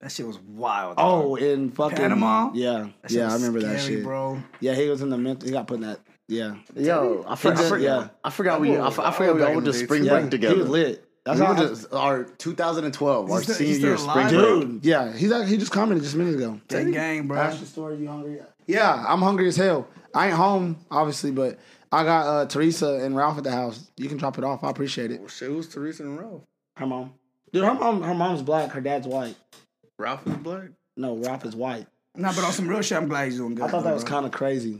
Speaker 4: That shit was wild. dog.
Speaker 6: Oh, in fucking
Speaker 4: Panama?
Speaker 6: Yeah,
Speaker 4: That shit
Speaker 6: yeah, I
Speaker 4: was
Speaker 6: remember that
Speaker 4: scary,
Speaker 6: shit,
Speaker 4: bro.
Speaker 6: Yeah, he was in the mental. He got put in that. Yeah,
Speaker 3: Yo, I forgot.
Speaker 6: He
Speaker 3: I
Speaker 6: did,
Speaker 3: forgot,
Speaker 6: yeah.
Speaker 3: I forgot we. I, f- I forgot we all went to spring
Speaker 6: yeah.
Speaker 3: break together.
Speaker 6: He was lit. That's
Speaker 3: That's
Speaker 6: how
Speaker 3: we
Speaker 6: I,
Speaker 3: went to our 2012, our
Speaker 4: He's still-
Speaker 3: senior
Speaker 4: he's still
Speaker 3: year spring
Speaker 4: alive,
Speaker 3: break.
Speaker 6: dude. Yeah, he's like, he just commented just a minute ago.
Speaker 4: Gang, gang, bro.
Speaker 6: Ask the story. You hungry? Yeah, I'm hungry as hell. I ain't home, obviously, but I got uh, Teresa and Ralph at the house. You can drop it off. I appreciate it.
Speaker 2: well, shit, who's Teresa and Ralph?
Speaker 6: Her mom, dude. Her mom. Her mom's black. Her dad's white.
Speaker 2: Ralph is black.
Speaker 6: No, Ralph is white.
Speaker 4: Nah, but on some real shit, I'm glad he's doing good.
Speaker 6: I thought
Speaker 4: though,
Speaker 6: that was
Speaker 4: bro.
Speaker 6: kind of crazy.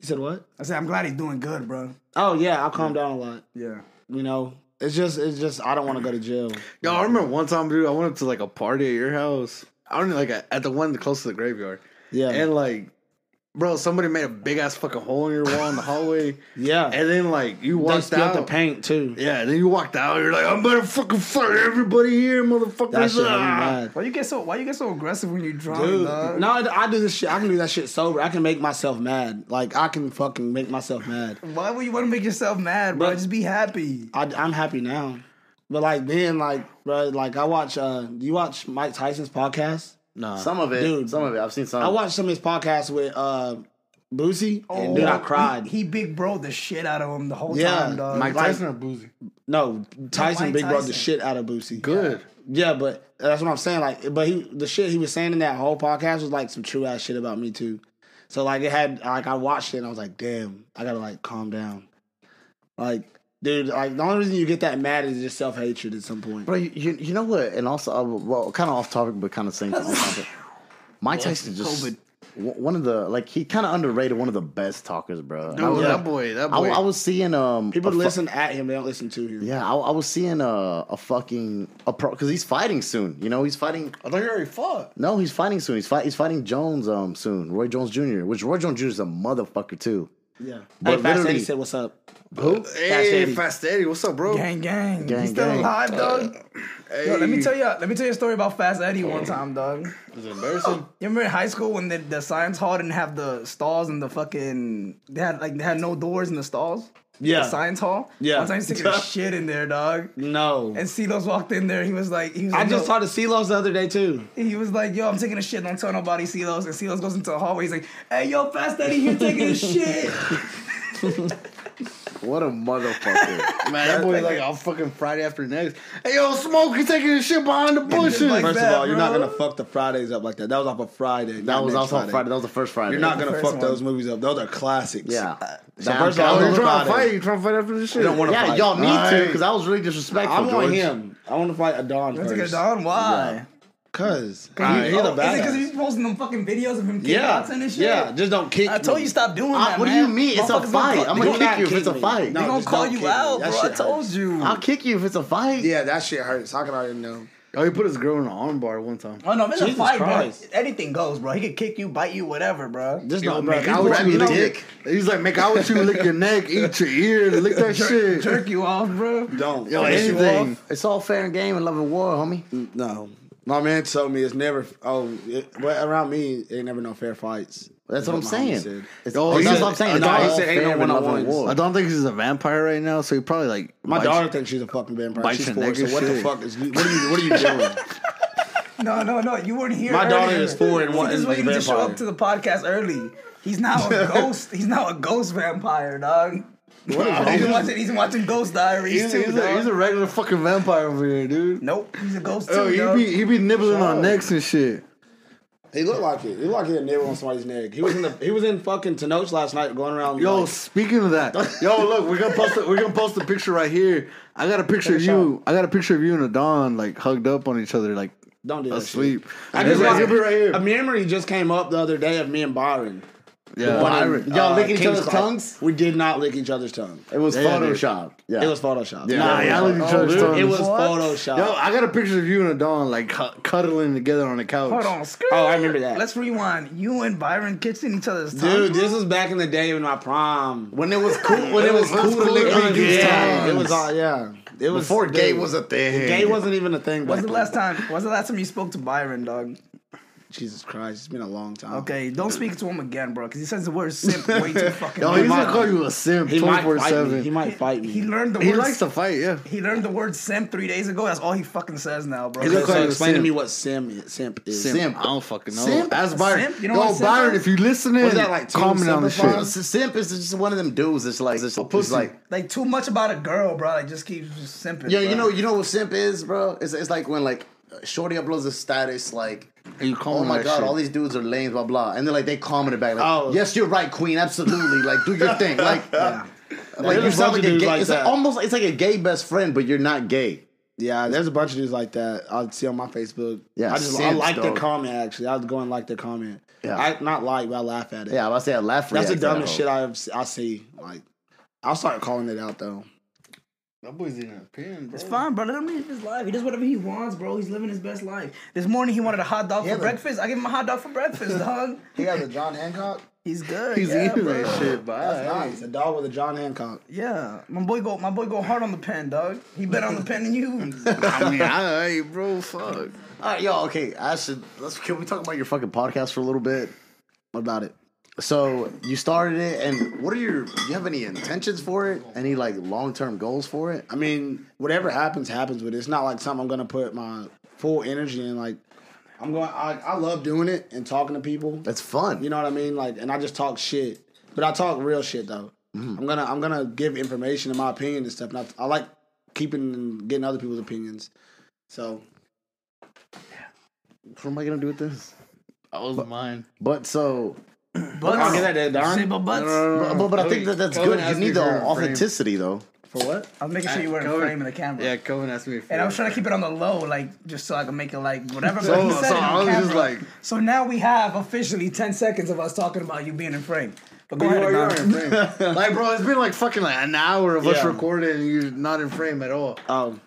Speaker 6: You said what?
Speaker 4: I said I'm glad he's doing good, bro.
Speaker 6: Oh yeah, I calmed down a lot.
Speaker 4: Yeah.
Speaker 6: You know, it's just, it's just, I don't want to go to *laughs* jail.
Speaker 2: Yo, I remember one time, dude, I went up to like a party at your house. I don't know, like at the one close to the graveyard,
Speaker 6: Yeah,
Speaker 2: and like, bro, somebody made a big ass fucking hole in your wall in the
Speaker 6: *laughs*
Speaker 2: hallway,
Speaker 6: yeah.
Speaker 2: and then like you
Speaker 6: they
Speaker 2: walked
Speaker 6: spilled
Speaker 2: out.
Speaker 6: the paint too.
Speaker 2: yeah, and then you walked out. You're like, I'm about to fucking fire everybody here, motherfuckers.
Speaker 6: That shit hurt me
Speaker 2: Ah.
Speaker 6: bad.
Speaker 4: Why you get so Why you get so aggressive when you drunk,
Speaker 6: Dude,
Speaker 4: dog?
Speaker 6: no, I I do this shit. I can do that shit sober. I can make myself mad. Like I can fucking make myself mad.
Speaker 4: Why would you want to make yourself mad, bro?
Speaker 6: But-
Speaker 4: Just be happy.
Speaker 6: I, I'm happy now, but like then, like bro, like I watch. uh Do you watch Mike Tyson's podcast?
Speaker 2: Nah.
Speaker 3: Some of it,
Speaker 6: Dude.
Speaker 3: some of it. I've seen some.
Speaker 6: I watched some of his podcasts with uh Boosie, and dude, I cried.
Speaker 4: Oh. He, he big bro the shit out of him the whole
Speaker 6: Yeah,
Speaker 4: time, dog.
Speaker 2: Mike
Speaker 6: Like-
Speaker 2: Tyson or Boozy?
Speaker 6: no, Tyson
Speaker 4: Mike
Speaker 6: big bro the
Speaker 4: Tyson.
Speaker 6: shit out of Boosie.
Speaker 2: Good.
Speaker 6: Yeah, but that's what I'm saying. Like, but he the shit he was saying in that whole podcast was like some true ass shit about me too. So like it had like I watched it and I was like, damn, I gotta like calm down. Like, dude, like the only reason you get that mad is just self hatred at some point.
Speaker 3: Bro, you, you, you know what? And also, uh, well, kind of off topic, but kind of same thing. topic. Mike Tyson just
Speaker 4: COVID.
Speaker 3: w- one of the like he kind of underrated one of the best talkers, bro. And I
Speaker 2: Dude,
Speaker 3: was,
Speaker 2: that boy, that
Speaker 3: I,
Speaker 2: boy.
Speaker 3: I was seeing um
Speaker 6: People
Speaker 3: a fu-
Speaker 6: listen at him, they don't listen to him.
Speaker 3: yeah, I, I was seeing a a fucking a pro because he's fighting soon. You know, he's fighting.
Speaker 2: I thought you already fought.
Speaker 3: No, he's fighting soon. He's fight. He's fighting Jones um soon. Roy Jones Jr. Which Roy Jones Jr. is a motherfucker too.
Speaker 6: Yeah.
Speaker 3: But
Speaker 6: But hey, Fast Eddie
Speaker 3: literally-
Speaker 6: said, "What's up?"
Speaker 3: Who?
Speaker 2: Hey,
Speaker 6: Fast Eddie.
Speaker 2: Fast Eddie, what's up, bro?
Speaker 4: gang, gang,
Speaker 3: Gang,
Speaker 4: He's still
Speaker 3: gang.
Speaker 4: alive, dog.
Speaker 2: Hey.
Speaker 4: Yo, let me tell you. Let me tell you a story about Fast Eddie one time, dog.
Speaker 2: Is it embarrassing?
Speaker 4: You remember in high school when the, the science hall didn't have the stalls and the fucking they had like they had no doors in the stalls.
Speaker 6: Yeah.
Speaker 4: The science hall.
Speaker 6: Yeah.
Speaker 4: One time he's
Speaker 6: *laughs*
Speaker 4: taking a shit in there, dog.
Speaker 6: No.
Speaker 4: And Silos walked in there. He was like, he was.
Speaker 6: I
Speaker 4: Like,
Speaker 6: just
Speaker 4: yo,
Speaker 6: talked to Silos the other day too.
Speaker 4: He was like, yo, I'm taking a shit. Don't tell nobody, Silos. And Silos goes into the hallway. He's like, hey, yo, Fast Eddie, you're taking a
Speaker 6: *laughs*
Speaker 4: shit.
Speaker 3: What a *laughs*
Speaker 2: *laughs*
Speaker 3: motherfucker.
Speaker 2: Man, that boy's like, I'll fucking Friday after next. Hey, yo, Smoke, you taking his Oh, shit behind the bushes.
Speaker 4: like-
Speaker 6: First
Speaker 4: that,
Speaker 6: of all, you're not
Speaker 4: bro.
Speaker 6: gonna fuck the Fridays up like that. That was off a Friday.
Speaker 3: that was also Friday. That was the first Friday. *laughs*
Speaker 6: You're not
Speaker 4: The
Speaker 6: gonna
Speaker 4: first
Speaker 6: fuck those movies up. Those are classics.
Speaker 3: Yeah.
Speaker 6: So
Speaker 3: Nah,
Speaker 6: first of
Speaker 3: I'm-
Speaker 6: all,
Speaker 2: oh, you
Speaker 6: I'm
Speaker 2: trying
Speaker 6: trying
Speaker 2: to fight? You trying to fight after this shit?
Speaker 6: don't wanna
Speaker 3: yeah,
Speaker 6: fight.
Speaker 3: y'all need to
Speaker 2: Alright.
Speaker 3: because I was really disrespectful.
Speaker 6: I want
Speaker 3: George.
Speaker 6: him. I want to fight
Speaker 4: I'm
Speaker 6: Adon
Speaker 4: taking a
Speaker 6: first.
Speaker 4: dog. Why?
Speaker 6: Cause he,
Speaker 2: Alright.
Speaker 6: he's a
Speaker 4: Is it because
Speaker 6: badass.
Speaker 4: he's posting them fucking videos of him kicking
Speaker 6: Yeah,
Speaker 4: outs and shit?
Speaker 6: yeah. Just don't kick.
Speaker 4: I told
Speaker 6: me.
Speaker 4: you stop doing
Speaker 3: I-
Speaker 4: that.
Speaker 3: what do you
Speaker 4: man.
Speaker 3: mean? It's a
Speaker 4: Motherfuckers
Speaker 3: fight.
Speaker 4: gonna-
Speaker 3: I'm
Speaker 6: Do
Speaker 3: gonna
Speaker 6: not
Speaker 3: kick you if it's a
Speaker 6: me.
Speaker 3: fight.
Speaker 6: No,
Speaker 4: They gonna
Speaker 6: just
Speaker 4: call
Speaker 6: don't
Speaker 4: you
Speaker 6: kick me.
Speaker 4: out,
Speaker 6: That
Speaker 4: bro. I
Speaker 6: shit
Speaker 4: told
Speaker 6: hurts.
Speaker 4: you.
Speaker 3: I'll kick you if it's a fight.
Speaker 6: Yeah, that shit hurts. I can already know.
Speaker 2: Oh, he put his girl in an armbar one time.
Speaker 4: Oh no, if it's a
Speaker 6: Jesus
Speaker 4: fight,
Speaker 6: Christ.
Speaker 4: bro. Anything goes, bro. He could kick you, bite you, whatever, bro.
Speaker 6: Just
Speaker 2: Yo,
Speaker 6: not
Speaker 2: make out with you, dick. He's like, make out with you, lick your neck, eat your ear, lick that shit.
Speaker 4: Jerk you off,
Speaker 6: *laughs*
Speaker 4: bro.
Speaker 6: Don't.
Speaker 2: Yo,
Speaker 6: Finish you
Speaker 2: anything.
Speaker 3: It's all fair and game and love and war, homie.
Speaker 6: off. No, my man told me it's never. Oh, it, well, around me, it ain't never no fair fights.
Speaker 3: That's what I'm
Speaker 6: my homie
Speaker 3: saying.
Speaker 6: said.
Speaker 3: It's,
Speaker 2: Yo,
Speaker 3: oh,
Speaker 2: he
Speaker 3: that's
Speaker 2: said-
Speaker 3: what I'm saying. It's
Speaker 2: no, he
Speaker 3: all
Speaker 6: said ain't
Speaker 3: fair
Speaker 6: no
Speaker 3: and love
Speaker 6: one-on-ones.
Speaker 3: and war.
Speaker 2: I don't think he's a vampire right now, so he probably like.
Speaker 6: My
Speaker 2: bites-
Speaker 6: daughter thinks she's a fucking vampire.
Speaker 2: Bites
Speaker 6: She's
Speaker 2: your
Speaker 6: four.
Speaker 2: neck
Speaker 6: So
Speaker 2: and
Speaker 6: what the
Speaker 2: shit.
Speaker 6: fuck is you? What are you? What are you doing?
Speaker 4: No, no, no. You weren't here.
Speaker 6: My daughter
Speaker 4: earlier.
Speaker 6: is four and
Speaker 4: See,
Speaker 6: one
Speaker 4: This
Speaker 6: is
Speaker 4: is why
Speaker 6: a
Speaker 4: you need to show
Speaker 6: vampire.
Speaker 4: up to the podcast early. He's
Speaker 6: *laughs*
Speaker 4: now a ghost. He's now a ghost vampire, dog.
Speaker 2: *laughs*
Speaker 6: What is
Speaker 4: He's been watching. He's been watching Ghost Diaries
Speaker 2: He's,
Speaker 4: too,
Speaker 2: he's
Speaker 4: dog.
Speaker 2: a, he's a regular fucking vampire over here, dude.
Speaker 4: nope, he's a ghost too.
Speaker 2: Oh, he
Speaker 4: dog.
Speaker 2: be he be nibbling on necks and shit.
Speaker 6: He looked like it. He looked like he had a nibble on somebody's neck. He was in the he was in fucking Tenoch last night going around.
Speaker 2: Yo,
Speaker 6: like,
Speaker 2: speaking of that, yo, look, we're gonna post. A, we're gonna post a picture right here. I got a picture of
Speaker 6: Take a
Speaker 2: you. I got a picture of you and Adon like hugged up on each other, like
Speaker 6: don't do that
Speaker 2: asleep.
Speaker 6: Shit.
Speaker 2: I
Speaker 6: I just
Speaker 2: like,
Speaker 6: like,
Speaker 2: "Give me right here.
Speaker 6: A memory just came up the other day of me and Byron.
Speaker 2: yeah,
Speaker 6: Byron, y'all
Speaker 3: uh,
Speaker 6: lick each
Speaker 3: Kings
Speaker 6: other's
Speaker 3: Club.
Speaker 6: tongues. We did not lick each other's tongue.
Speaker 3: It was
Speaker 2: Yeah, dude.
Speaker 3: photoshopped. Yeah,
Speaker 6: It was photoshopped.
Speaker 3: Yeah.
Speaker 2: Nah,
Speaker 6: it
Speaker 2: y'all
Speaker 6: was-
Speaker 2: lick each other's
Speaker 6: dude, Oh, It
Speaker 2: tongues.
Speaker 6: was uh,
Speaker 4: What?
Speaker 6: photoshopped.
Speaker 2: Yo, I got a picture of you and Adon like cu- cuddling together on the couch.
Speaker 4: Hold on, screw
Speaker 6: Oh, I remember that.
Speaker 4: Let's rewind. You and Byron kissing each other's tongues.
Speaker 6: Dude, this was back in the day in my prom.
Speaker 3: when it was cool.
Speaker 6: When it was
Speaker 2: was
Speaker 6: cool
Speaker 2: cool
Speaker 6: to
Speaker 2: to
Speaker 6: lick
Speaker 2: lick
Speaker 6: other
Speaker 2: dudes'
Speaker 6: dudes' tongues. It
Speaker 2: tongues.
Speaker 6: was all yeah. It was
Speaker 3: Before gay
Speaker 6: dude,
Speaker 3: was a thing.
Speaker 6: gay wasn't even a thing.
Speaker 4: When's
Speaker 6: back
Speaker 4: the
Speaker 6: then.
Speaker 4: last time? When's the last time you spoke to Byron, dog?
Speaker 6: Jesus Christ, it's been a long time.
Speaker 4: Okay, don't speak to him again, bro, because he says the word simp
Speaker 2: *laughs*
Speaker 4: way too fucking.
Speaker 2: Yo,
Speaker 4: much.
Speaker 2: he's gonna call you a simp
Speaker 6: He
Speaker 2: twenty
Speaker 6: might
Speaker 2: four
Speaker 6: fight me. He
Speaker 2: seven.
Speaker 6: might fight me.
Speaker 4: He learned the
Speaker 2: He
Speaker 4: word.
Speaker 2: likes to fight. Yeah,
Speaker 4: He learned the word simp three days ago. That's all he fucking says now, bro.
Speaker 2: He's a-
Speaker 6: so
Speaker 2: Call you
Speaker 6: explain to
Speaker 2: simp.
Speaker 6: me what sim is, simp is.
Speaker 2: I don't fucking know.
Speaker 3: Simp?
Speaker 2: Ask Byron.
Speaker 4: Simp? You know what
Speaker 2: Yo,
Speaker 4: simp
Speaker 2: Byron,
Speaker 4: is?
Speaker 2: if you listening,
Speaker 6: that, like, Team
Speaker 2: comment on the
Speaker 6: Simplify?
Speaker 2: shit.
Speaker 3: S- Simp is just one of them dudes. It's like it's
Speaker 2: pussy.
Speaker 3: like
Speaker 4: like too much about a girl, bro. Like just keeps just simping.
Speaker 3: yeah. You
Speaker 4: bro.
Speaker 3: know, you know what simp is, bro. It's it's like when like Shorty uploads a status like.
Speaker 2: And you comment
Speaker 3: Oh
Speaker 2: on
Speaker 3: my
Speaker 2: that
Speaker 3: god!
Speaker 2: shit.
Speaker 3: All these dudes are lames, blah blah, and they're like they commented back like,
Speaker 6: Oh.
Speaker 3: "Yes, you're right, Queen. Absolutely. Like, do your thing.
Speaker 6: *laughs*
Speaker 3: Like, *laughs* like
Speaker 6: There's a
Speaker 3: you sound
Speaker 6: bunch of
Speaker 3: like a
Speaker 6: dudes
Speaker 3: gay.
Speaker 6: like
Speaker 3: it's
Speaker 6: that.
Speaker 3: like almost it's like a gay best friend, but you're not gay.
Speaker 6: Yeah, there's a bunch of dudes like that. I see on my Facebook.
Speaker 3: Yeah,
Speaker 6: I just I
Speaker 3: simps,
Speaker 6: like their
Speaker 3: dog.
Speaker 6: comment actually. I was going like their comment.
Speaker 3: Yeah.
Speaker 6: I not like, but I laugh at it.
Speaker 3: Yeah, I was about to say I laugh.
Speaker 6: that's the
Speaker 3: react to that
Speaker 6: dumbest
Speaker 3: hoe.
Speaker 6: shit I've se- I see. Like, I'll start calling it out though.
Speaker 2: That boy's in a pin, bro.
Speaker 4: It's fine, bro. Let him live his life. He does whatever he wants, bro. He's living his best life. This morning he wanted a hot dog for
Speaker 6: but-
Speaker 4: breakfast. I gave him a hot dog for breakfast, dog.
Speaker 6: He has a John Hancock.
Speaker 4: He's good.
Speaker 2: He's
Speaker 4: yeah,
Speaker 2: eating
Speaker 4: bro.
Speaker 2: that shit, but
Speaker 6: That's nice. A dog with a John Hancock.
Speaker 4: Yeah, my boy go. My boy go hard on the pen, dog. He bet on the pen than
Speaker 2: *laughs*
Speaker 4: you.
Speaker 2: *laughs* I mean, I, bro, fuck.
Speaker 3: All right, y'all. Okay, I should. Let's. Can we talk about your fucking podcast for a little bit? What about it? So you started it, and what are your? Do you have any intentions for it? Any like long term goals for it?
Speaker 6: I mean, whatever happens, happens with it. It's not like something I'm gonna put my full energy in. Like, I'm going. I, I love doing it and talking to people.
Speaker 3: That's fun.
Speaker 6: You know what I mean? Like, and I just talk shit, but I talk real shit though. I'm gonna I'm gonna give information and my opinion and stuff. And I, I like keeping and getting other people's opinions. So
Speaker 3: what am I gonna do with this?
Speaker 2: That was mine.
Speaker 3: But so,
Speaker 4: Butts.
Speaker 6: I'll get that to Don.
Speaker 4: Say, but butts.
Speaker 3: but, but, but I think that that's
Speaker 2: Kelvin
Speaker 3: good. You
Speaker 2: asked me
Speaker 3: need the
Speaker 2: for a frame.
Speaker 3: authenticity though.
Speaker 6: for what?
Speaker 4: I was making sure you were in
Speaker 2: Go ahead.
Speaker 4: frame in the camera.
Speaker 2: Yeah, Coven asked me.
Speaker 4: And I was trying to keep it on the low, like just so I could make it like whatever.
Speaker 2: So-
Speaker 4: but he said
Speaker 2: so
Speaker 4: it
Speaker 2: I was
Speaker 4: on
Speaker 2: just
Speaker 4: camera.
Speaker 2: like-
Speaker 4: So now we have officially ten seconds of us talking about you being in frame. But go
Speaker 2: You
Speaker 4: ahead,
Speaker 2: are, you are
Speaker 4: Adnan.
Speaker 2: in frame. like, bro, it's been like fucking like an hour of us
Speaker 6: Yeah.
Speaker 2: recording, and you're not in frame at all.
Speaker 6: Oh,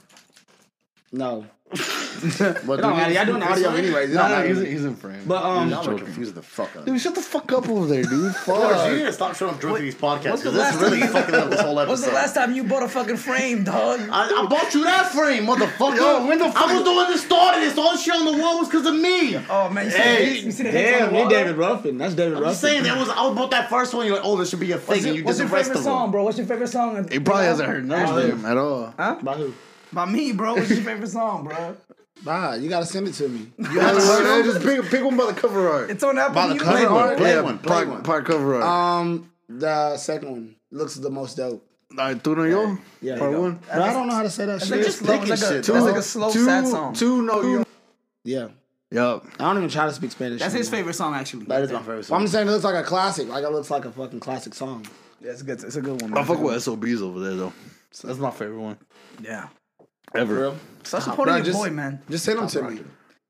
Speaker 6: no.
Speaker 3: But
Speaker 6: It don't matter. Y'all doing audio anyways. It don't matter.
Speaker 2: he's in frame.
Speaker 6: But um,
Speaker 3: Y'all are confusing the fuck out. of me.
Speaker 2: dude, shut the fuck up over there, dude.
Speaker 3: Lord,
Speaker 2: Fuck.
Speaker 3: you need to stop showing up drunk to these podcasts
Speaker 4: what's the
Speaker 3: because that's
Speaker 4: last
Speaker 3: really
Speaker 4: time you-
Speaker 3: fucking up this whole episode.
Speaker 4: When's the last time you bought a fucking frame, dog?
Speaker 3: I, I bought you that frame, motherfucker.
Speaker 2: Yo, when the fuck-
Speaker 3: I was the one that started this. All the shit on the wall was because of me.
Speaker 4: Oh man, you see the hits? You see the hits on
Speaker 6: damn,
Speaker 4: the
Speaker 6: you
Speaker 4: wall?
Speaker 6: David Ruffin. That's David
Speaker 3: I'm
Speaker 6: Ruffin.
Speaker 3: just saying that was I bought that first one. You're like, oh, this should be a thing,
Speaker 4: What's
Speaker 3: and
Speaker 4: your,
Speaker 3: you
Speaker 4: what's
Speaker 3: did the
Speaker 4: your
Speaker 3: rest
Speaker 4: favorite
Speaker 3: of
Speaker 4: song,
Speaker 3: them.
Speaker 4: bro? What's your favorite song?
Speaker 2: He probably hasn't heard none of them at all.
Speaker 6: By who?
Speaker 4: By me, bro. What's your favorite song, bro?
Speaker 6: By you gotta send it to me.
Speaker 2: You haven't heard it? Just pick, pick one by the cover art.
Speaker 4: It's on Apple
Speaker 3: By the
Speaker 4: Music.
Speaker 3: cover,
Speaker 4: bro.
Speaker 3: Play
Speaker 2: yeah,
Speaker 3: one, play
Speaker 2: part,
Speaker 3: one.
Speaker 2: part cover art.
Speaker 6: *laughs* Um, the second one looks the most dope.
Speaker 2: Alright, tú no yo.
Speaker 6: Yeah,
Speaker 2: part
Speaker 6: you go.
Speaker 2: one.
Speaker 6: But I don't know how to say that
Speaker 4: It's like
Speaker 6: shit.
Speaker 4: just slow, it's like a,
Speaker 3: shit,
Speaker 4: it's like a slow, sad
Speaker 2: Tú-
Speaker 4: song.
Speaker 2: Tú no yo.
Speaker 6: Yeah,
Speaker 2: Yup.
Speaker 6: I don't even try to speak Spanish.
Speaker 4: That's his
Speaker 6: anymore.
Speaker 4: favorite song, actually.
Speaker 3: That is my favorite
Speaker 6: Well,
Speaker 3: song.
Speaker 6: I'm saying it looks like a classic. Like it looks like a fucking classic song.
Speaker 4: That's good. It's a good one.
Speaker 2: I fuck with SOBs over there though. That's my favorite one
Speaker 4: Yeah.
Speaker 2: ever.
Speaker 4: Stop supporting
Speaker 6: Bro,
Speaker 4: your
Speaker 6: just-
Speaker 4: boy, man.
Speaker 6: Just send them to me.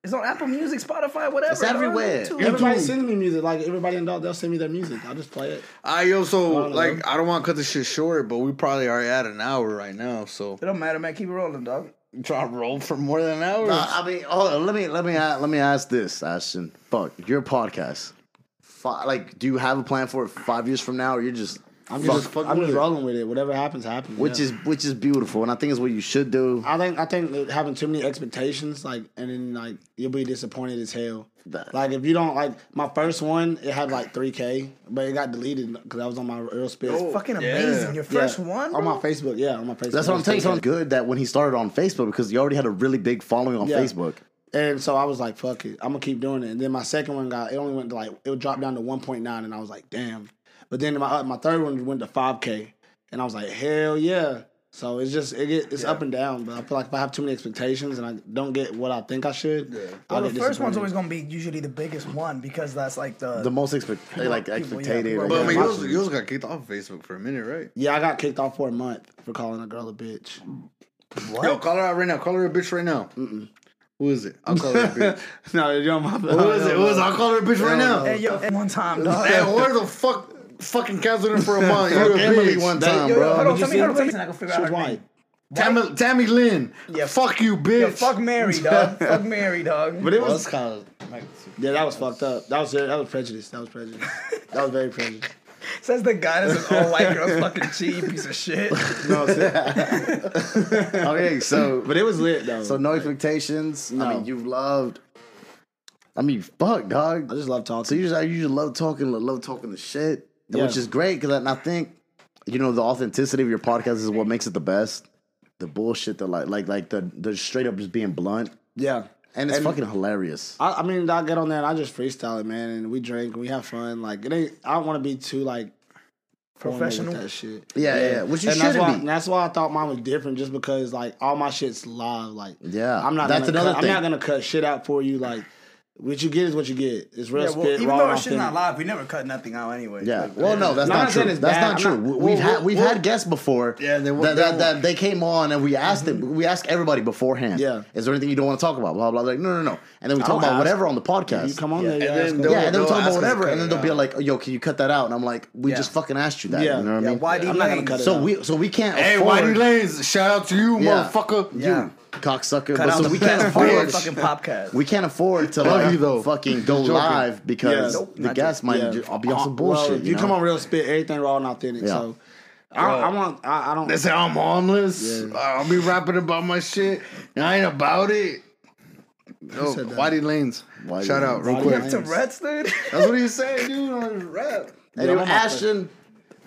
Speaker 4: It's on Apple Music, Spotify, whatever.
Speaker 3: It's everywhere.
Speaker 4: Too.
Speaker 6: Everybody sending me music. Like everybody in Dallas, they'll send me their music. I'll just play it.
Speaker 2: I yo, so
Speaker 6: on,
Speaker 2: like
Speaker 6: man.
Speaker 2: I don't want to cut this shit short, but we probably are at an hour right now. So
Speaker 4: It don't matter, man. Keep it rolling, dog.
Speaker 2: try to roll for more than an hour.
Speaker 3: Uh, I mean, hold on. Let me let me a- let me ask this, Ashton. Fuck your podcast. Fi like, do you have a plan for it five years from now, or you're just
Speaker 6: I'm
Speaker 3: fuck-
Speaker 6: just, I'm just rolling with it. Whatever happens, happens.
Speaker 3: which
Speaker 6: yeah.
Speaker 3: is which is beautiful, and I think is what you should do.
Speaker 6: I think I think that having too many expectations, like, and then like you'll be disappointed as hell.
Speaker 3: That-
Speaker 6: Like if you don't like my first one, it had like three k, but it got deleted because I was on my real spill.
Speaker 4: Fucking
Speaker 2: yeah.
Speaker 4: amazing. Your
Speaker 6: Oh, Yeah.
Speaker 4: Oh, first one.
Speaker 6: on
Speaker 4: bro?
Speaker 6: my Facebook. Yeah, on my Facebook.
Speaker 3: That's what I'm saying.
Speaker 6: It was
Speaker 3: It's good that when he started on Facebook because you already had a really big following on
Speaker 6: Yeah.
Speaker 3: Facebook.
Speaker 6: And so I was like, fuck it. I'm gonna keep doing it. And then my second one got it only went to like it dropped down to one point nine uh, and I was like, damn. But then my my third one went to five K. And I was like, hell yeah. So it's just it get, it's up and down. But I feel like if I have too many expectations and I don't get what I think I should,
Speaker 4: Well,
Speaker 6: I'll
Speaker 4: the
Speaker 6: get
Speaker 4: first one's
Speaker 6: disappointed.
Speaker 4: always gonna be usually the biggest one because that's like the,
Speaker 3: The most expect like
Speaker 4: people, yeah,
Speaker 3: expected.
Speaker 4: people
Speaker 3: or-
Speaker 2: But I mean,
Speaker 6: Yeah,
Speaker 2: you also, you also got kicked off of Facebook for a minute, right?
Speaker 6: Yeah, I got kicked off for a month for calling a girl a bitch.
Speaker 4: what?
Speaker 2: Yo, call her out right now. Call her a bitch right now. Who is it? I'll call her a bitch.
Speaker 6: no, you're on my
Speaker 2: Who is it? Who is it? I'll call her a bitch right now.
Speaker 4: Hey, yo, and one time, dog.
Speaker 2: Hey, where the fuck fucking canceled her for a month? You're a
Speaker 3: Fuck Emily
Speaker 2: bitch.
Speaker 3: one
Speaker 2: That-
Speaker 3: time,
Speaker 4: Yo, yo, hold
Speaker 3: bro.
Speaker 4: on, tell me, hold on, tell me, and I can figure out
Speaker 6: She's
Speaker 4: her
Speaker 6: white.
Speaker 4: name.
Speaker 2: Tammy, Tammy Lynn.
Speaker 4: Yeah.
Speaker 2: Fuck you, bitch.
Speaker 4: Yo, fuck
Speaker 6: *laughs*
Speaker 4: Mary, dog. fuck Mary, dog.
Speaker 6: But it was
Speaker 2: That's kind of like,
Speaker 6: yeah, that was fucked up. That was that was prejudice. That was prejudice. that was very prejudice.
Speaker 4: Says the guy that's
Speaker 6: *laughs*
Speaker 4: an all white girl fucking cheat piece of shit.
Speaker 6: No, it's-
Speaker 3: Okay, so
Speaker 6: but it was lit though.
Speaker 3: So no expectations. I mean, you've loved. I mean, fuck, dog.
Speaker 6: I just love talking.
Speaker 3: So you just, I usually love talking, love talking the shit,
Speaker 6: Yeah.
Speaker 3: which is great because I, I think you know the authenticity of your podcast is what makes it the best. The bullshit, the like, like, like the the straight up just being blunt,
Speaker 6: yeah,
Speaker 3: and it's fucking hilarious.
Speaker 6: I, I mean, I get on there and I just freestyle it, man, and we drink and we have fun. Like it ain't. I don't want to be too like formal with
Speaker 4: Professional.
Speaker 6: that shit.
Speaker 3: Yeah, yeah, yeah, which you
Speaker 6: and that's
Speaker 3: shouldn't
Speaker 6: why,
Speaker 3: be.
Speaker 6: and that's why I thought mine was different, just because like all my shit's live. Like,
Speaker 3: Yeah,
Speaker 6: I'm not.
Speaker 3: that's
Speaker 6: gonna
Speaker 3: another
Speaker 6: cut,
Speaker 3: thing.
Speaker 6: I'm not gonna cut shit out for you. Like, what you get is what you get. It's real
Speaker 4: Yeah,
Speaker 6: spit,
Speaker 4: well, even
Speaker 6: raw,
Speaker 4: though
Speaker 6: and
Speaker 4: it's shit's not
Speaker 6: authentic.
Speaker 4: live, we never cut nothing out anyway.
Speaker 3: Yeah. Well, no, that's
Speaker 6: No, I'm
Speaker 3: not
Speaker 6: not saying
Speaker 3: true.
Speaker 6: it's
Speaker 3: That's
Speaker 6: bad.
Speaker 3: not
Speaker 6: I'm
Speaker 3: true.
Speaker 6: not-
Speaker 3: We-
Speaker 6: well,
Speaker 3: we've
Speaker 6: well,
Speaker 3: had we've
Speaker 6: well-
Speaker 3: had guests before.
Speaker 2: Yeah, they were-
Speaker 3: that,
Speaker 2: they
Speaker 3: that,
Speaker 2: were-
Speaker 3: that they came on and we asked them. We asked everybody beforehand.
Speaker 6: Mm-hmm. Yeah.
Speaker 3: Is there anything you don't want to talk about? Blah blah. blah. Like no no no. And then we talk
Speaker 6: don't
Speaker 3: about
Speaker 6: ask.
Speaker 3: whatever on the podcast.
Speaker 6: You come on there,
Speaker 2: and
Speaker 6: you
Speaker 2: then
Speaker 6: ask them.
Speaker 2: they'll-
Speaker 3: yeah, and they'll
Speaker 2: they'll
Speaker 3: talk about
Speaker 2: ask us to
Speaker 3: whatever,
Speaker 2: cut
Speaker 3: and then
Speaker 2: it
Speaker 3: they'll be
Speaker 2: out.
Speaker 3: like, oh, "Yo, can you cut that out?" And I'm like, "We
Speaker 4: Yeah.
Speaker 3: just fucking asked you that."
Speaker 6: Yeah.
Speaker 3: You know what I
Speaker 4: Yeah,
Speaker 3: mean?
Speaker 4: why do
Speaker 6: I'm not gonna
Speaker 4: you
Speaker 6: cut it
Speaker 3: so we so we can't
Speaker 2: Hey,
Speaker 3: afford.
Speaker 2: Whitey Lanes, shout out to you,
Speaker 3: Yeah.
Speaker 2: motherfucker.
Speaker 3: Yeah. Cocksucker.
Speaker 4: Cut
Speaker 3: But
Speaker 4: out
Speaker 3: so
Speaker 4: the
Speaker 3: we
Speaker 4: best
Speaker 3: can't afford.
Speaker 4: part fucking podcast.
Speaker 3: We can't afford *laughs* to
Speaker 2: Love
Speaker 3: like
Speaker 2: you, though.
Speaker 3: fucking go
Speaker 2: joking.
Speaker 3: live because
Speaker 6: Yeah. Nope,
Speaker 3: the
Speaker 4: not
Speaker 3: guests might
Speaker 6: Yeah.
Speaker 3: ju- I'll be on some
Speaker 6: Well,
Speaker 3: bullshit.
Speaker 6: if you,
Speaker 3: know?
Speaker 6: come on real spit, everything raw and authentic.
Speaker 3: Yeah.
Speaker 6: So, I, I want. I, I don't.
Speaker 2: They say I'm harmless.
Speaker 6: Yeah.
Speaker 2: I'll be rapping about my shit. And I ain't about it. Yo,
Speaker 6: said that?
Speaker 2: Whitey Lanes.
Speaker 3: Whitey
Speaker 2: Shout out real
Speaker 6: Whitey
Speaker 2: quick.
Speaker 6: Lanes.
Speaker 4: to Reds, dude.
Speaker 2: That's what he said, dude, on his rap.
Speaker 3: Anyway,
Speaker 6: Yeah, I'm not-
Speaker 3: Ashton,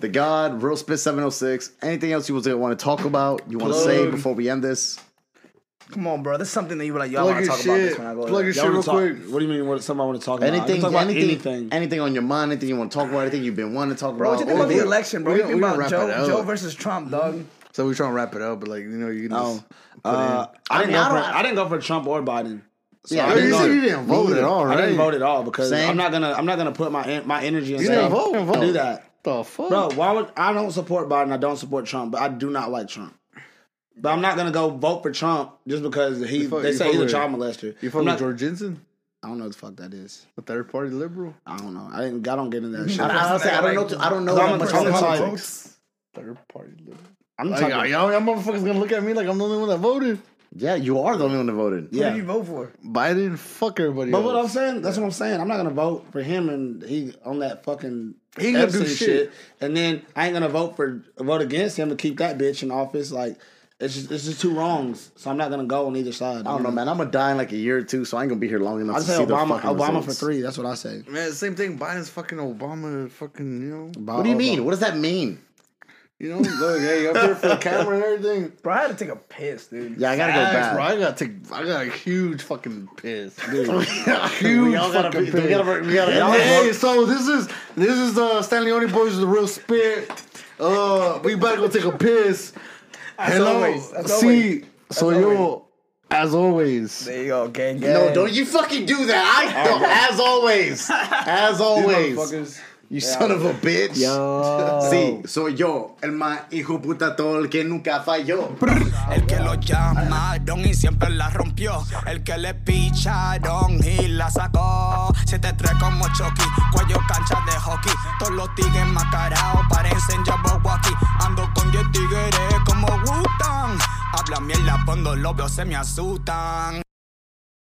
Speaker 3: the God, Real Spit 706. Anything else you was want to talk about? You want to say
Speaker 2: Plug.
Speaker 3: before we end this?
Speaker 4: Come on, bro. This is something that you were like, y'all
Speaker 2: Plug
Speaker 4: want to
Speaker 2: his
Speaker 4: talk about
Speaker 2: shit.
Speaker 4: this when I go
Speaker 2: Plug
Speaker 4: there.
Speaker 2: his
Speaker 6: Y'all
Speaker 2: shit
Speaker 6: wanna
Speaker 2: real
Speaker 6: talk-
Speaker 2: quick.
Speaker 6: What do you mean? What something I want to talk about? I can
Speaker 3: Anything,
Speaker 6: talk about
Speaker 3: anything,
Speaker 6: anything.
Speaker 3: anything, on your mind? Anything you want to talk about? Anything you've been wanting to talk
Speaker 4: Bro, what
Speaker 3: about?
Speaker 4: you think about
Speaker 3: Anything-
Speaker 4: the election, bro?
Speaker 2: we
Speaker 4: You
Speaker 2: gonna-
Speaker 4: think
Speaker 2: we gonna
Speaker 4: about
Speaker 2: wrap it
Speaker 4: Joe,
Speaker 2: up.
Speaker 4: Joe versus Trump, dog?
Speaker 2: So we trying to wrap it up, but like, you know, you can
Speaker 6: No,
Speaker 2: just.
Speaker 6: uh, I didn't
Speaker 3: Oh, I
Speaker 6: go for
Speaker 3: don't-
Speaker 6: I didn't go for Trump or Biden. So
Speaker 3: Yeah,
Speaker 6: I
Speaker 2: Yo,
Speaker 6: didn't
Speaker 2: Oh. you
Speaker 6: go-
Speaker 2: said you didn't vote at all, right?
Speaker 6: I didn't vote at all because
Speaker 3: Same.
Speaker 6: I'm not gonna I'm not gonna put my en- my energy in
Speaker 2: You didn't
Speaker 6: saying,
Speaker 2: vote?
Speaker 6: "Don't do that.
Speaker 2: The fuck?
Speaker 6: Bro, why would I don't support Biden, I don't support Trump, but I do not like Trump. But I'm not gonna go vote for Trump just because he
Speaker 2: You fuck-
Speaker 6: they
Speaker 2: you
Speaker 6: say
Speaker 2: fuck
Speaker 6: he's a
Speaker 2: with-
Speaker 6: child molester.
Speaker 2: you
Speaker 6: I'm
Speaker 2: fucking
Speaker 6: not-
Speaker 2: George Jensen?
Speaker 6: I don't know what the fuck that is.
Speaker 2: A third party liberal?
Speaker 6: I don't know. I didn't I don't get into that shit.
Speaker 3: I,
Speaker 6: I'm
Speaker 3: I honestly, I don't know. I don't know
Speaker 6: I'm
Speaker 3: how
Speaker 6: a-
Speaker 3: much
Speaker 6: I'm a
Speaker 3: I'm
Speaker 6: type.
Speaker 3: politics.
Speaker 2: Third party liberal. Like,
Speaker 6: talking
Speaker 2: y'all, y'all motherfuckers gonna look at me like I'm the only one that voted.
Speaker 3: Yeah, you are the only one that voted.
Speaker 4: Who
Speaker 6: Yeah.
Speaker 4: did you vote for?
Speaker 2: Biden, fuck everybody.
Speaker 6: But
Speaker 2: else.
Speaker 6: what I'm saying, that's what I'm saying. I'm not gonna vote for him and he on that fucking
Speaker 2: He gonna do
Speaker 6: Epstein
Speaker 2: shit.
Speaker 6: And then I ain't gonna vote for vote against him to keep that bitch in office. Like it's just it's just two wrongs. So I'm not gonna go on either side.
Speaker 3: I don't know, man. I'm gonna die in like a year or two, so I ain't gonna be here long enough
Speaker 6: I
Speaker 3: to
Speaker 6: say
Speaker 3: see the
Speaker 6: Obama
Speaker 3: fucking
Speaker 6: Obama for
Speaker 3: results.
Speaker 6: three. That's what I say.
Speaker 2: Man, same thing. Biden's fucking Obama, fucking, you know.
Speaker 3: What do you mean? What does that mean?
Speaker 2: You know, look, hey, up here for the camera and everything.
Speaker 4: Bro, I had to take a piss, dude.
Speaker 3: Yeah, I gotta go
Speaker 2: Facts,
Speaker 3: back.
Speaker 2: bro. I gotta take. I got a huge fucking piss, dude.
Speaker 3: *laughs* We
Speaker 2: huge
Speaker 3: all gotta
Speaker 2: fucking
Speaker 3: be.
Speaker 2: piss.
Speaker 3: We gotta. We gotta.
Speaker 2: And hey, so this is this is uh, Stanley Oni Boys with the real spit. Uh, we about to go take a piss. Hello,
Speaker 4: always, as
Speaker 2: see,
Speaker 4: always,
Speaker 2: so yo, as always.
Speaker 4: There you go, gang. gang.
Speaker 3: No, don't you fucking do that. I don't. As *laughs* always. As always. You son of a bitch. *laughs*
Speaker 2: Yo.
Speaker 3: Sí, soy yo, el más hijo puta todo el que nunca falló.
Speaker 7: El que lo llamaron y siempre la rompió. El que le picharon y la sacó. 7-3 como Chucky, cuello cancha de hockey. Todos los tigres macaraos parecen Jabberwocky. Ando con 10 tigres como Wutan. Habla mierda cuando los veo, se me asustan.